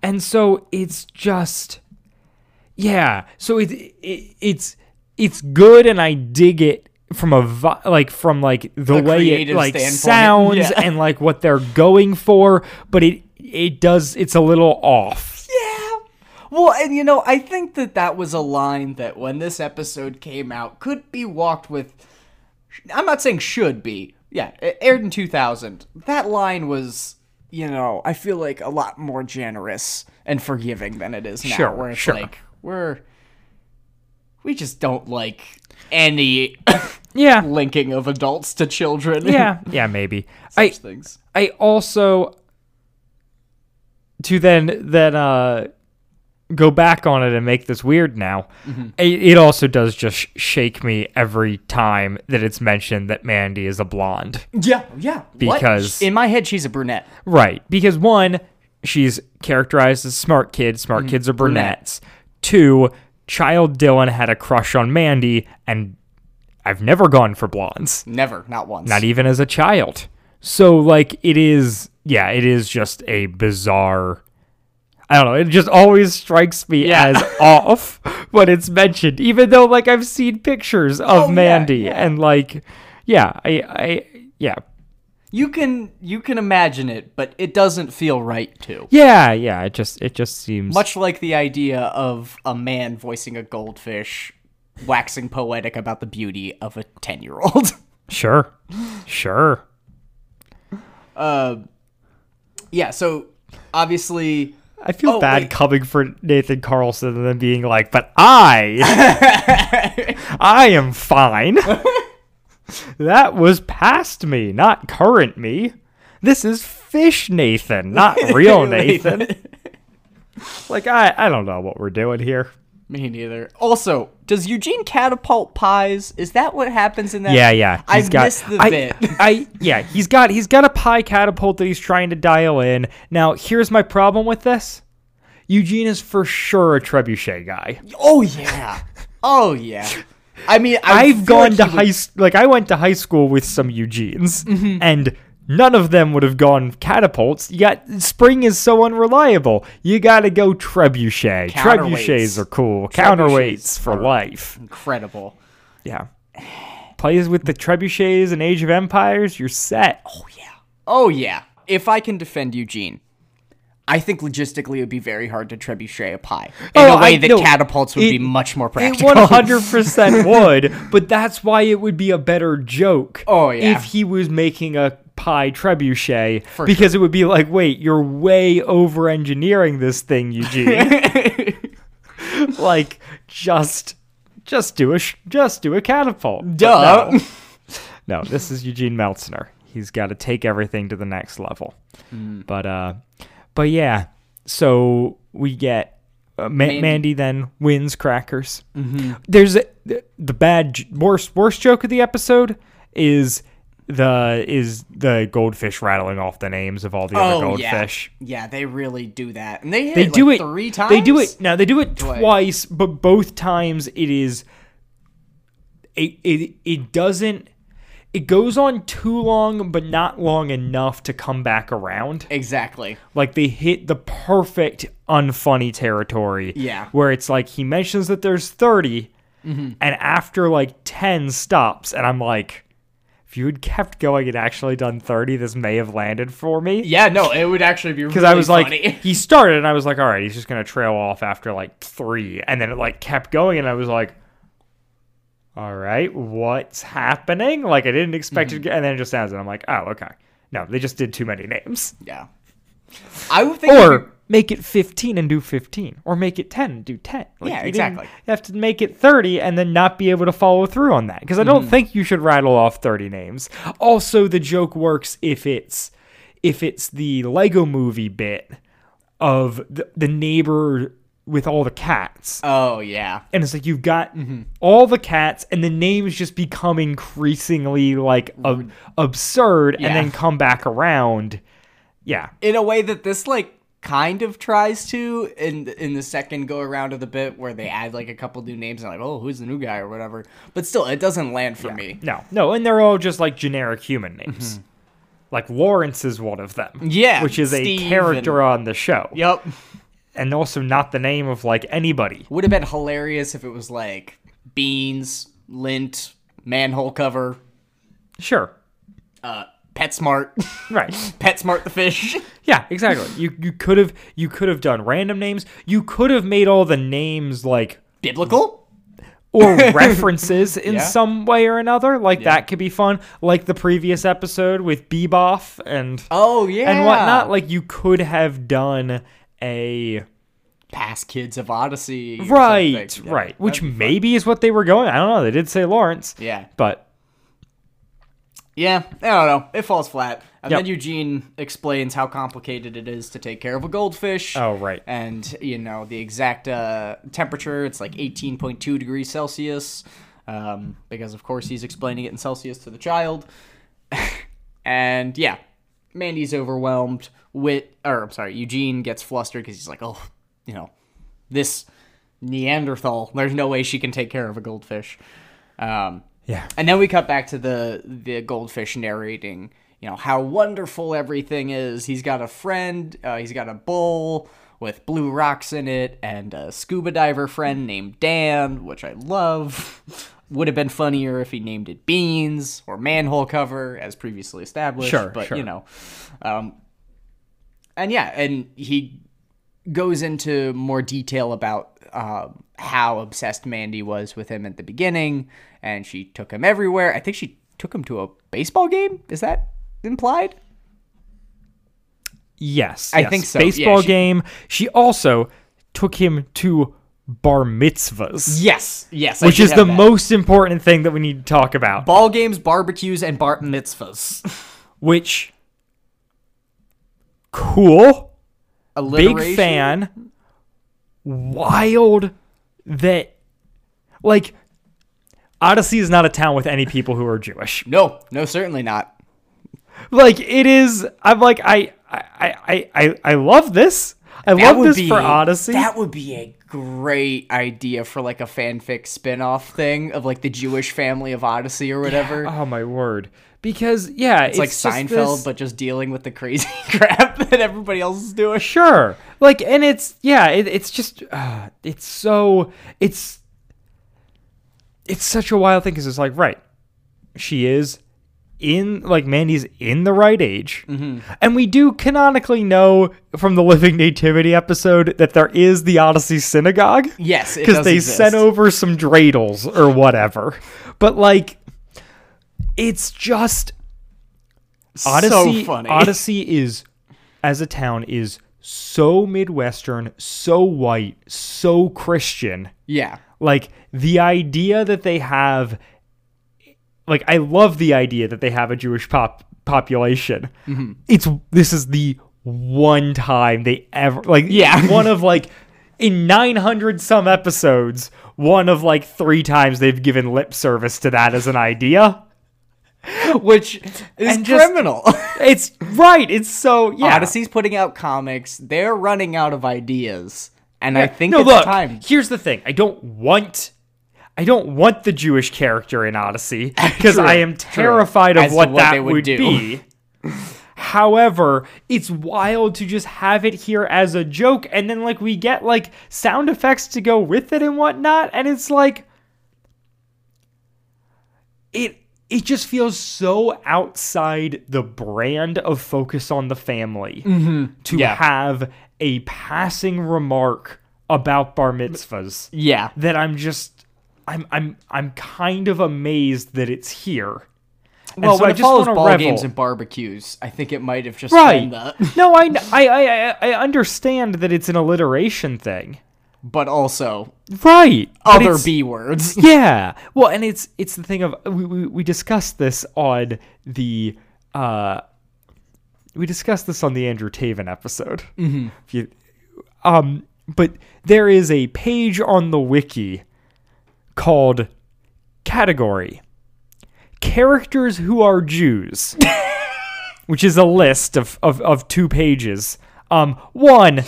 [SPEAKER 2] and so it's just, yeah. So it, it it's it's good, and I dig it from a vi- like from like the, way it
[SPEAKER 3] creative
[SPEAKER 2] like
[SPEAKER 3] standpoint,
[SPEAKER 2] sounds
[SPEAKER 3] yeah.
[SPEAKER 2] and like what they're going for, but it it does it's a little
[SPEAKER 3] *laughs*
[SPEAKER 2] off.
[SPEAKER 3] yeah. Well, and you know, I think that that was a line that when this episode came out could be walked with. I'm not saying should be. Yeah, it aired in 2000. That line was, you know, I feel like a lot more generous and forgiving than it is now.
[SPEAKER 2] Sure,
[SPEAKER 3] where it's
[SPEAKER 2] sure.
[SPEAKER 3] like we're we just don't like any *coughs*
[SPEAKER 2] Yeah,
[SPEAKER 3] linking of adults to children. *laughs*
[SPEAKER 2] yeah, yeah. Maybe I
[SPEAKER 3] things.
[SPEAKER 2] I also to then then uh go back on it and make this weird now. It, it also does just sh- shake me every time that it's mentioned that Mandy is a blonde.
[SPEAKER 3] Yeah, yeah. What?
[SPEAKER 2] Because-
[SPEAKER 3] in my head she's a brunette.
[SPEAKER 2] Right, because one, she's characterized as smart kid, smart kids are brunettes. Two, child Dylan had a crush on Mandy, and I've never gone for blondes,
[SPEAKER 3] Never, not once.
[SPEAKER 2] not even as a child. So, like, it is, yeah, it is just a bizarre. I don't know. It just always strikes me
[SPEAKER 3] Yeah. *laughs*
[SPEAKER 2] as off when it's mentioned, even though like I've seen pictures of
[SPEAKER 3] Oh, yeah,
[SPEAKER 2] Mandy
[SPEAKER 3] yeah.
[SPEAKER 2] and like, yeah, I, I, yeah,
[SPEAKER 3] you can you can imagine it, but it doesn't feel right to.
[SPEAKER 2] yeah, yeah. It just, it just seems
[SPEAKER 3] Much like the idea of a man voicing a goldfish, waxing poetic about the beauty of a ten year old.
[SPEAKER 2] sure, sure.
[SPEAKER 3] *laughs* yeah. So obviously, *laughs*
[SPEAKER 2] I feel
[SPEAKER 3] Oh,
[SPEAKER 2] bad
[SPEAKER 3] wait.
[SPEAKER 2] coming for Nathan Carlson and then being like, but
[SPEAKER 3] *laughs*
[SPEAKER 2] I, I am fine. that was past me, not current me. This is fish Nathan,
[SPEAKER 3] *laughs*
[SPEAKER 2] not real Nathan. Like I, I don't know what we're doing here.
[SPEAKER 3] Me neither. Also, does Eugene catapult pies? Is that what happens in that?
[SPEAKER 2] Yeah, yeah.
[SPEAKER 3] I
[SPEAKER 2] he's got,
[SPEAKER 3] missed the
[SPEAKER 2] I,
[SPEAKER 3] bit.
[SPEAKER 2] *laughs* I yeah, he's got he's got a pie catapult that he's trying to dial in. Now here's my problem with this. Eugene is for sure a trebuchet guy.
[SPEAKER 3] Oh yeah. Oh yeah. I mean, I
[SPEAKER 2] I've
[SPEAKER 3] feel
[SPEAKER 2] gone
[SPEAKER 3] like
[SPEAKER 2] to
[SPEAKER 3] he would-
[SPEAKER 2] high s- like I went to high school with some Eugenes,
[SPEAKER 3] Mm-hmm.
[SPEAKER 2] and none of them would have gone catapults. Yet spring is so unreliable. You got to go trebuchet. Trebuchets
[SPEAKER 3] Counterweights.
[SPEAKER 2] are cool.
[SPEAKER 3] Trebuchets
[SPEAKER 2] Counterweights for life.
[SPEAKER 3] Incredible.
[SPEAKER 2] Yeah. Plays with the trebuchets and Age of Empires, you're set.
[SPEAKER 3] Oh yeah. Oh yeah. If I can defend Eugene, I think logistically it would be very hard to trebuchet a pie in
[SPEAKER 2] Oh,
[SPEAKER 3] a way
[SPEAKER 2] I-
[SPEAKER 3] that
[SPEAKER 2] no.
[SPEAKER 3] catapults would
[SPEAKER 2] It-
[SPEAKER 3] be much more
[SPEAKER 2] It
[SPEAKER 3] *laughs* practical.
[SPEAKER 2] one hundred
[SPEAKER 3] *laughs*
[SPEAKER 2] percent would, but that's why it would be a better joke.
[SPEAKER 3] Oh, yeah.
[SPEAKER 2] if he was making a pie trebuchet, because it would be like, wait, you're way over engineering this thing, Eugene.
[SPEAKER 3] *laughs*
[SPEAKER 2] *laughs* like, just, just do a, sh- just do a catapult. But
[SPEAKER 3] Duh.
[SPEAKER 2] No. No, this is Eugene Meltzner. He's got to take everything to the next level. But uh, but yeah. So we get uh, Ma- Mandy. then wins crackers. Mm-hmm. There's a, the the bad j- worst worst joke of the episode is the is the goldfish rattling off the names of all the other
[SPEAKER 3] Oh yeah.
[SPEAKER 2] goldfish.
[SPEAKER 3] Yeah, they really do that, and they hit
[SPEAKER 2] They
[SPEAKER 3] it,
[SPEAKER 2] do
[SPEAKER 3] like,
[SPEAKER 2] it
[SPEAKER 3] three times.
[SPEAKER 2] They do it now. They do it
[SPEAKER 3] Twice.
[SPEAKER 2] twice, but both times it is. It it it doesn't. It goes on too long, but not long enough to come back around.
[SPEAKER 3] exactly.
[SPEAKER 2] Like they hit the perfect unfunny territory.
[SPEAKER 3] Yeah. Mm-hmm.
[SPEAKER 2] where it's like he mentions that there's 30 and after like ten stops, and I'm like. If you had kept going and actually done 30, this may have landed for me.
[SPEAKER 3] Yeah, no, it would actually be because
[SPEAKER 2] Because I was
[SPEAKER 3] *laughs*
[SPEAKER 2] like, *laughs* he started, and I was like, all right, he's just gonna trail off after like three, and then it like kept going, and I was like, all right, what's happening? Like I didn't expect it, to get, and then it just ends, and I'm like, oh, okay, no, they just did too many names,
[SPEAKER 3] yeah. I would think it'd be
[SPEAKER 2] or make it 15 and do 15, or make it 10 and do 10. Like,
[SPEAKER 3] Yeah,
[SPEAKER 2] you didn't
[SPEAKER 3] exactly.
[SPEAKER 2] have to make it 30 and then not be able to follow through on that because I
[SPEAKER 3] Mm.
[SPEAKER 2] don't think you should rattle off 30 names. Also, the joke works if it's if it's the Lego Movie bit of the, the neighbor with all the cats.
[SPEAKER 3] Oh yeah.
[SPEAKER 2] and it's like you've got
[SPEAKER 3] mm-hmm.
[SPEAKER 2] all the cats, and the names just become increasingly like ab- absurd, and
[SPEAKER 3] Yeah.
[SPEAKER 2] then come back around. Yeah,
[SPEAKER 3] In a way that this like kind of tries to in in the second go around of the bit where they add like a couple new names and like, oh, who's the new guy or whatever. But still it doesn't land for me.
[SPEAKER 2] No, no, and they're all just like generic human names. Like Lawrence is one of them.
[SPEAKER 3] Mm-hmm. Yeah,
[SPEAKER 2] Which is
[SPEAKER 3] Steve
[SPEAKER 2] a character on the show.
[SPEAKER 3] Yep.
[SPEAKER 2] And also not the name of like anybody.
[SPEAKER 3] Would have been hilarious if it was like beans, lint, manhole cover, uh,
[SPEAKER 2] Sure.
[SPEAKER 3] PetSmart, *laughs*
[SPEAKER 2] Right.
[SPEAKER 3] PetSmart the fish. *laughs*
[SPEAKER 2] Yeah, exactly. You you could have you could have done random names. You could have made all the names like
[SPEAKER 3] Biblical? *laughs*
[SPEAKER 2] or references in
[SPEAKER 3] Yeah.
[SPEAKER 2] some way or another. Like that could be fun. Like the previous episode with Beboff and
[SPEAKER 3] Oh yeah.
[SPEAKER 2] and whatnot. Like you could have done a
[SPEAKER 3] past kids of Odyssey. or
[SPEAKER 2] right
[SPEAKER 3] something. Yeah,
[SPEAKER 2] right which
[SPEAKER 3] that'd be fun.
[SPEAKER 2] maybe is what they were going i don't know they did say lawrence
[SPEAKER 3] Yeah.
[SPEAKER 2] but
[SPEAKER 3] Yeah, I don't know. It falls flat. And
[SPEAKER 2] Yep.
[SPEAKER 3] then Eugene explains how complicated it is to take care of a goldfish.
[SPEAKER 2] Oh, right.
[SPEAKER 3] And, you know, the exact uh, temperature, it's like 18.2 degrees Celsius. Um, because, of course, he's explaining it in Celsius to the child. *laughs* and, yeah, Mandy's overwhelmed with, or I'm sorry, Eugene gets flustered because he's like, oh, you know, this Neanderthal. There's no way she can take care of a goldfish. Um,
[SPEAKER 2] Yeah.
[SPEAKER 3] and then we cut back to the the goldfish narrating, you know, how wonderful everything is. He's got a friend, uh, he's got a bowl with blue rocks in it, and a scuba diver friend named Dan, which I love. *laughs* Would have been funnier if he named it Beans or Manhole Cover, as previously established.
[SPEAKER 2] Sure,
[SPEAKER 3] but
[SPEAKER 2] sure.
[SPEAKER 3] you know, um, and yeah, and he goes into more detail about um, how obsessed Mandy was with him at the beginning, and she took him everywhere. I think she took him to a baseball game. Is that implied?
[SPEAKER 2] Yes.
[SPEAKER 3] I
[SPEAKER 2] yes.
[SPEAKER 3] think so. Yeah,
[SPEAKER 2] Baseball
[SPEAKER 3] she-
[SPEAKER 2] game. She also took him to bar mitzvahs,
[SPEAKER 3] Yes, yes. I
[SPEAKER 2] which
[SPEAKER 3] did
[SPEAKER 2] is
[SPEAKER 3] have
[SPEAKER 2] the
[SPEAKER 3] that.
[SPEAKER 2] most important thing that we need to talk about.
[SPEAKER 3] ball games, barbecues, and bar mitzvahs.
[SPEAKER 2] Which, cool,
[SPEAKER 3] Alliteration?
[SPEAKER 2] big fan, wild that, like, Odyssey is not a town with any people who are Jewish.
[SPEAKER 3] No, no, certainly not.
[SPEAKER 2] like it is i'm like i i i i, I love this i
[SPEAKER 3] That
[SPEAKER 2] love
[SPEAKER 3] would
[SPEAKER 2] this
[SPEAKER 3] be-
[SPEAKER 2] for odyssey
[SPEAKER 3] That would be a great idea for like a fanfic spin-off thing of like the Jewish family of Odyssey or whatever.
[SPEAKER 2] oh my word because yeah it's,
[SPEAKER 3] It's like
[SPEAKER 2] just
[SPEAKER 3] Seinfeld,
[SPEAKER 2] this-
[SPEAKER 3] but just dealing with the crazy *laughs* crap that everybody else is doing.
[SPEAKER 2] sure like and it's yeah it, it's just uh, it's so it's it's such a wild thing because it's like right she is in like mandy's in the right age
[SPEAKER 3] Mm-hmm.
[SPEAKER 2] and we do canonically know from the living nativity episode that there is the odyssey synagogue
[SPEAKER 3] Yes, it
[SPEAKER 2] because
[SPEAKER 3] does
[SPEAKER 2] they
[SPEAKER 3] exist.
[SPEAKER 2] sent over some dreidels or whatever. But like, it's just Odyssey.
[SPEAKER 3] so funny.
[SPEAKER 2] Odyssey is, as a town, is so midwestern, so white, so Christian.
[SPEAKER 3] Yeah,
[SPEAKER 2] Like the idea that they have, like I love the idea that they have a Jewish pop population.
[SPEAKER 3] Mm-hmm.
[SPEAKER 2] It's this is the one time they ever like
[SPEAKER 3] Yeah. *laughs*
[SPEAKER 2] one of like in 900 some episodes one of like three times they've given lip service to that as an idea
[SPEAKER 3] which is
[SPEAKER 2] And just-
[SPEAKER 3] criminal. *laughs*
[SPEAKER 2] it's right it's so yeah
[SPEAKER 3] Odyssey's putting out comics; they're running out of ideas, and I think
[SPEAKER 2] no
[SPEAKER 3] it's
[SPEAKER 2] look
[SPEAKER 3] time.
[SPEAKER 2] here's the thing i don't want i don't want the jewish character in
[SPEAKER 3] *laughs*
[SPEAKER 2] odyssey because
[SPEAKER 3] True,
[SPEAKER 2] i am
[SPEAKER 3] true.
[SPEAKER 2] terrified of
[SPEAKER 3] As to
[SPEAKER 2] what,
[SPEAKER 3] what
[SPEAKER 2] that
[SPEAKER 3] they would
[SPEAKER 2] would
[SPEAKER 3] do.
[SPEAKER 2] be However, it's wild to just have it here as a joke, and then like we get like sound effects to go with it and whatnot, and it's like it it just feels so outside the brand of focus on the family to
[SPEAKER 3] Mm-hmm. Yeah.
[SPEAKER 2] have a passing remark about bar mitzvahs
[SPEAKER 3] Yeah,
[SPEAKER 2] that I'm just I'm I'm I'm kind of amazed that it's here. And
[SPEAKER 3] well,
[SPEAKER 2] so
[SPEAKER 3] when
[SPEAKER 2] I
[SPEAKER 3] it
[SPEAKER 2] just
[SPEAKER 3] follows
[SPEAKER 2] wanna
[SPEAKER 3] ball
[SPEAKER 2] revel.
[SPEAKER 3] games and barbecues, I think it might have just
[SPEAKER 2] Right.
[SPEAKER 3] been that.
[SPEAKER 2] no, I, I, I, I- I understand that it's an alliteration thing.
[SPEAKER 3] But also
[SPEAKER 2] Right.
[SPEAKER 3] other B words.
[SPEAKER 2] *laughs*
[SPEAKER 3] *laughs*
[SPEAKER 2] Yeah. Well, and it's it's the thing of we, we, we discussed this on the uh we discussed this on the Andrew Taven episode. Mm-hmm. If you, um, but there is a page on the wiki called category characters who are Jews, which is a list of of, of two pages. Um, one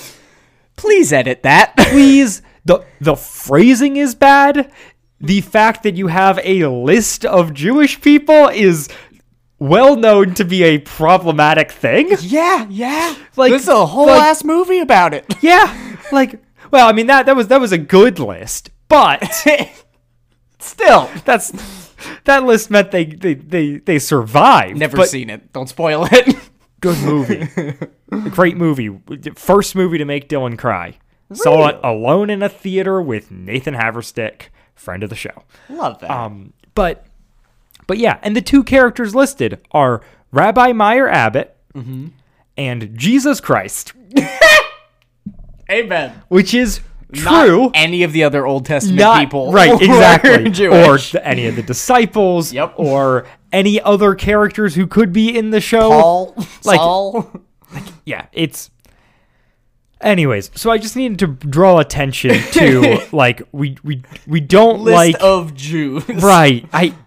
[SPEAKER 3] Please edit that.
[SPEAKER 2] please the the phrasing is bad the fact that you have a list of jewish people is well known to be a problematic thing
[SPEAKER 3] yeah, yeah.
[SPEAKER 2] Like-
[SPEAKER 3] Like this is a whole
[SPEAKER 2] like-
[SPEAKER 3] ass movie about it.
[SPEAKER 2] yeah like well i mean that that was that was a good list
[SPEAKER 3] *laughs*
[SPEAKER 2] but
[SPEAKER 3] Still,
[SPEAKER 2] that's that list meant they they they, they survived
[SPEAKER 3] *laughs* never
[SPEAKER 2] but
[SPEAKER 3] seen it. Don't spoil it. *laughs*
[SPEAKER 2] good movie great movie first movie to make dylan cry saw it alone in a theater with nathan haverstick friend of the show
[SPEAKER 3] Love that.
[SPEAKER 2] Um, but but yeah, and the two characters listed are Rabbi Meyer Abbott
[SPEAKER 3] Mm-hmm.
[SPEAKER 2] and Jesus Christ,
[SPEAKER 3] Amen.
[SPEAKER 2] which is
[SPEAKER 3] Not
[SPEAKER 2] true.
[SPEAKER 3] any of the other Old Testament
[SPEAKER 2] not-
[SPEAKER 3] people. *laughs*
[SPEAKER 2] right,
[SPEAKER 3] were
[SPEAKER 2] exactly, or
[SPEAKER 3] Jewish.
[SPEAKER 2] the, any of the disciples,
[SPEAKER 3] Yep.
[SPEAKER 2] or any other characters who could be in the show.
[SPEAKER 3] *laughs* Paul,
[SPEAKER 2] like-
[SPEAKER 3] Saul.
[SPEAKER 2] yeah, it's. Anyways, so I just needed to draw attention
[SPEAKER 3] *laughs*
[SPEAKER 2] to like we we we don't
[SPEAKER 3] list
[SPEAKER 2] like
[SPEAKER 3] of Jews.
[SPEAKER 2] right. I
[SPEAKER 3] *laughs*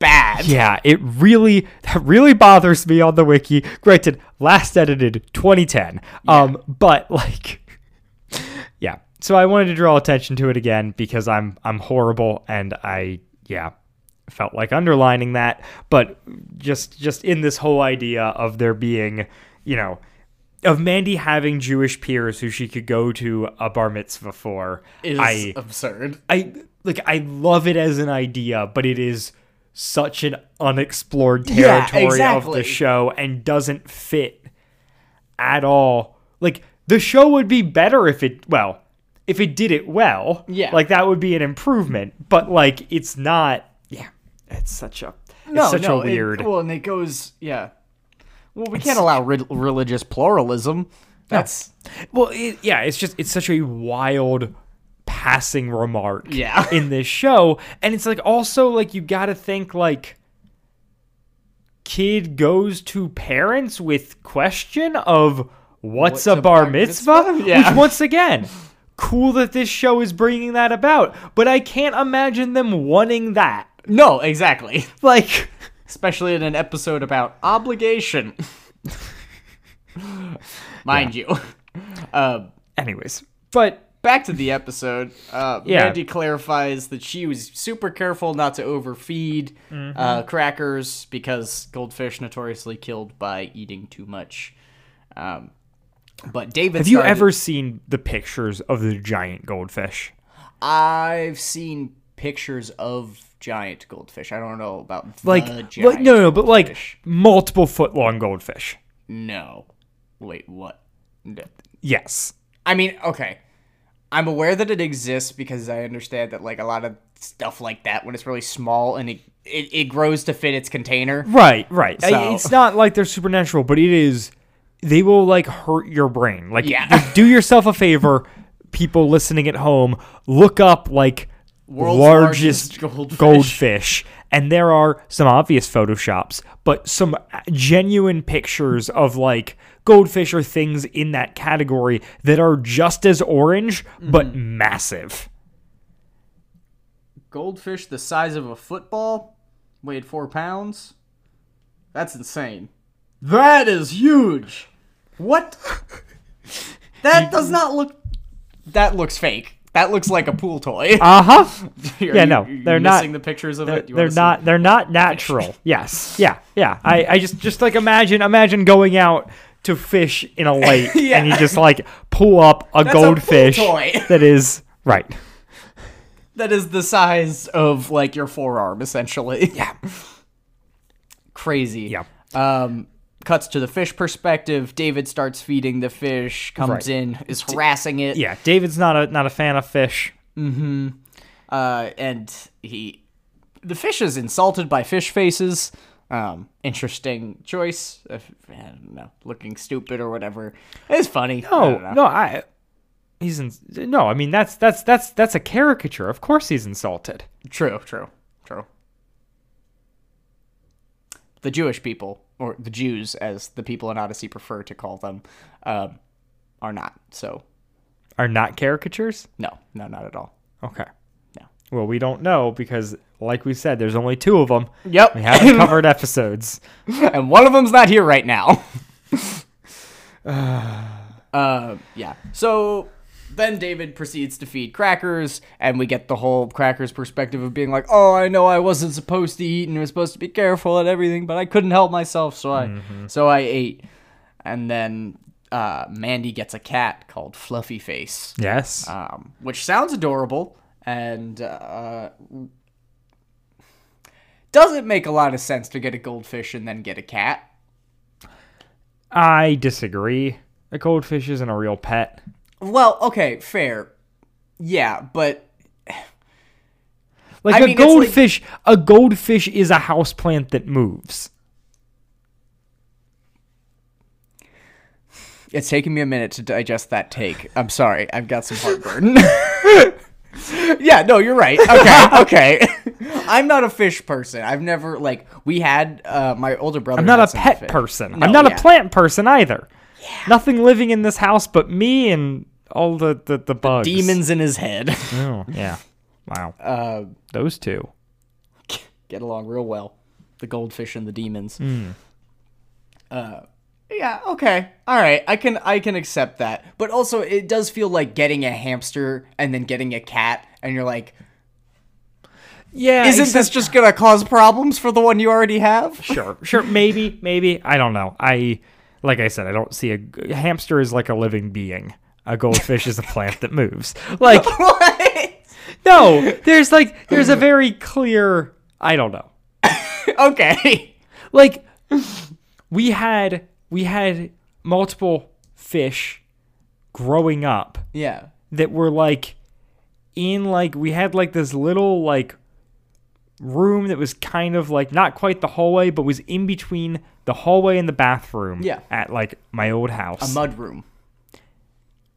[SPEAKER 3] Bad.
[SPEAKER 2] Yeah, it really that really bothers me on the wiki. Granted, last edited 2010. Um, but like, *laughs* yeah, so I wanted to draw attention to it again because I'm I'm horrible and I yeah felt like underlining that but just just in this whole idea of there being you know of Mandy having Jewish peers who she could go to a bar mitzvah for
[SPEAKER 3] Is
[SPEAKER 2] I
[SPEAKER 3] absurd.
[SPEAKER 2] I like I love it as an idea but it is such an unexplored
[SPEAKER 3] Yeah,
[SPEAKER 2] territory of
[SPEAKER 3] exactly.
[SPEAKER 2] the show and doesn't fit at all. Like the show would be better if it well, if it did it well.
[SPEAKER 3] Yeah.
[SPEAKER 2] Like that would be an improvement. But like it's not yeah. It's such a it's such a
[SPEAKER 3] it-
[SPEAKER 2] weird
[SPEAKER 3] well, and it goes, yeah. Well, we can't allow re- religious pluralism. That's
[SPEAKER 2] Well, it, yeah, it's just it's such a wild passing remark
[SPEAKER 3] Yeah.
[SPEAKER 2] in this show and it's like also like you got to think like kid goes to parents with question of what's, a bar, mitzvah,
[SPEAKER 3] Yeah.
[SPEAKER 2] which once again cool that this show is bringing that about but i can't imagine them wanting that
[SPEAKER 3] no, exactly.
[SPEAKER 2] like
[SPEAKER 3] Especially in an episode about *laughs* obligation. Mind you. Uh,
[SPEAKER 2] anyways but
[SPEAKER 3] back to the episode. Uh,
[SPEAKER 2] Yeah.
[SPEAKER 3] Mandy clarifies that she was super careful not to overfeed
[SPEAKER 2] Mm-hmm.
[SPEAKER 3] uh, crackers because goldfish notoriously killed by eating too much. Um, but David,
[SPEAKER 2] have you
[SPEAKER 3] started-
[SPEAKER 2] ever seen the pictures of the giant goldfish
[SPEAKER 3] I've seen pictures of giant goldfish. I don't know about
[SPEAKER 2] like,
[SPEAKER 3] the
[SPEAKER 2] like
[SPEAKER 3] Uh, giant.
[SPEAKER 2] no, no, but like
[SPEAKER 3] goldfish.
[SPEAKER 2] multiple foot long goldfish.
[SPEAKER 3] no. Wait, what? No.
[SPEAKER 2] Yes.
[SPEAKER 3] I mean, okay. I'm aware that it exists because I understand that like a lot of stuff like that when it's really small and it it, it grows to fit its container.
[SPEAKER 2] Right, right. I-
[SPEAKER 3] So-
[SPEAKER 2] It's not like they're supernatural, but it is. They will like hurt your brain. Like,
[SPEAKER 3] Yeah.
[SPEAKER 2] you- do yourself a favor, people listening at home, look up like
[SPEAKER 3] World's
[SPEAKER 2] largest,
[SPEAKER 3] largest goldfish.
[SPEAKER 2] goldfish, and there are some obvious photoshops, but some uh, genuine pictures of like goldfish or things in that category that are just as orange but
[SPEAKER 3] Mm-hmm.
[SPEAKER 2] massive.
[SPEAKER 3] Goldfish the size of a football, weighed four pounds. That's insane. That is huge. *laughs* What? That does not look. That looks fake. That looks like a pool toy.
[SPEAKER 2] Uh huh. *laughs* yeah, no,
[SPEAKER 3] you,
[SPEAKER 2] they're
[SPEAKER 3] you
[SPEAKER 2] not-
[SPEAKER 3] missing the pictures of
[SPEAKER 2] they're,
[SPEAKER 3] it. You wanna
[SPEAKER 2] they're
[SPEAKER 3] see?
[SPEAKER 2] not they're not *laughs* natural yes yeah yeah I, I just just like imagine imagine going out to fish in a *laughs* lake
[SPEAKER 3] Yeah.
[SPEAKER 2] and you just like pull up a
[SPEAKER 3] a pool
[SPEAKER 2] goldfish
[SPEAKER 3] toy.
[SPEAKER 2] *laughs* that is right
[SPEAKER 3] That is the size of like your forearm, essentially. Yeah. *laughs* Crazy.
[SPEAKER 2] Yeah.
[SPEAKER 3] Um, cuts to the fish perspective. David starts feeding the fish, comes
[SPEAKER 2] Right.
[SPEAKER 3] in, is harassing it.
[SPEAKER 2] yeah david's not a not a fan of fish
[SPEAKER 3] Uh, and he, the fish is insulted by fish faces. Um, interesting choice. If, I don't know, looking stupid or whatever. It's funny. I
[SPEAKER 2] oh
[SPEAKER 3] don't know.
[SPEAKER 2] no i he's in, no i mean that's that's that's that's a caricature of course he's insulted
[SPEAKER 3] True, true, true. The Jewish people, or the Jews, as the people in Odyssey prefer to call them, um, are not. So,
[SPEAKER 2] are not caricatures
[SPEAKER 3] no, no, not at all.
[SPEAKER 2] okay
[SPEAKER 3] No.
[SPEAKER 2] well we don't know because like we said there's only two of them
[SPEAKER 3] Yep.
[SPEAKER 2] we *laughs* haven't covered episodes
[SPEAKER 3] *laughs* and one of them's not here right now. *laughs* uh, yeah. So then David proceeds to feed crackers, and we get the whole crackers perspective of being like, "Oh, I know I wasn't supposed to eat, and was supposed to be careful and everything, but I couldn't help myself, so I, so I ate." And then uh, Mandy gets a cat called Fluffy Face
[SPEAKER 2] yes
[SPEAKER 3] um, which sounds adorable and uh, doesn't make a lot of sense to get a goldfish and then get a cat.
[SPEAKER 2] I disagree. A goldfish isn't a real pet.
[SPEAKER 3] Well, okay, fair. Yeah, but
[SPEAKER 2] Like
[SPEAKER 3] I
[SPEAKER 2] a
[SPEAKER 3] mean, it's like-
[SPEAKER 2] goldfish, a goldfish is a houseplant that moves.
[SPEAKER 3] it's taking me a minute to digest that take. I'm sorry, I've got some heartburn. *laughs* yeah, no, you're right.
[SPEAKER 2] *laughs*
[SPEAKER 3] Okay, *laughs* okay. I'm not a fish person. I've never like we had uh, my older brother.
[SPEAKER 2] I'm not
[SPEAKER 3] had
[SPEAKER 2] a
[SPEAKER 3] some
[SPEAKER 2] pet
[SPEAKER 3] fish.
[SPEAKER 2] person.
[SPEAKER 3] No,
[SPEAKER 2] I'm not
[SPEAKER 3] yeah.
[SPEAKER 2] a plant person either. Nothing living in this house but me and all the the, the bugs.
[SPEAKER 3] Demons in his head. *laughs*
[SPEAKER 2] Oh, yeah. Wow.
[SPEAKER 3] Uh,
[SPEAKER 2] Those two.
[SPEAKER 3] Mm. get along real well. The goldfish and the demons. Uh, Yeah, okay. All right. I can I can accept that. But also it does feel like getting a hamster and then getting a cat and you're like,
[SPEAKER 2] Yeah.
[SPEAKER 3] isn't this just going to cause problems for the one you already have? *laughs*
[SPEAKER 2] sure sure maybe maybe i don't know i like i said i don't see a, a hamster is like a living being a goldfish is a plant that moves
[SPEAKER 3] *laughs*
[SPEAKER 2] like
[SPEAKER 3] What?
[SPEAKER 2] no there's like there's a very clear i don't know
[SPEAKER 3] okay.
[SPEAKER 2] like we had we had multiple fish growing up
[SPEAKER 3] Yeah.
[SPEAKER 2] that were like in like we had like this little like room that was kind of like not quite the hallway but was in between the hallway and the bathroom
[SPEAKER 3] Yeah.
[SPEAKER 2] at like my old house
[SPEAKER 3] Mudroom.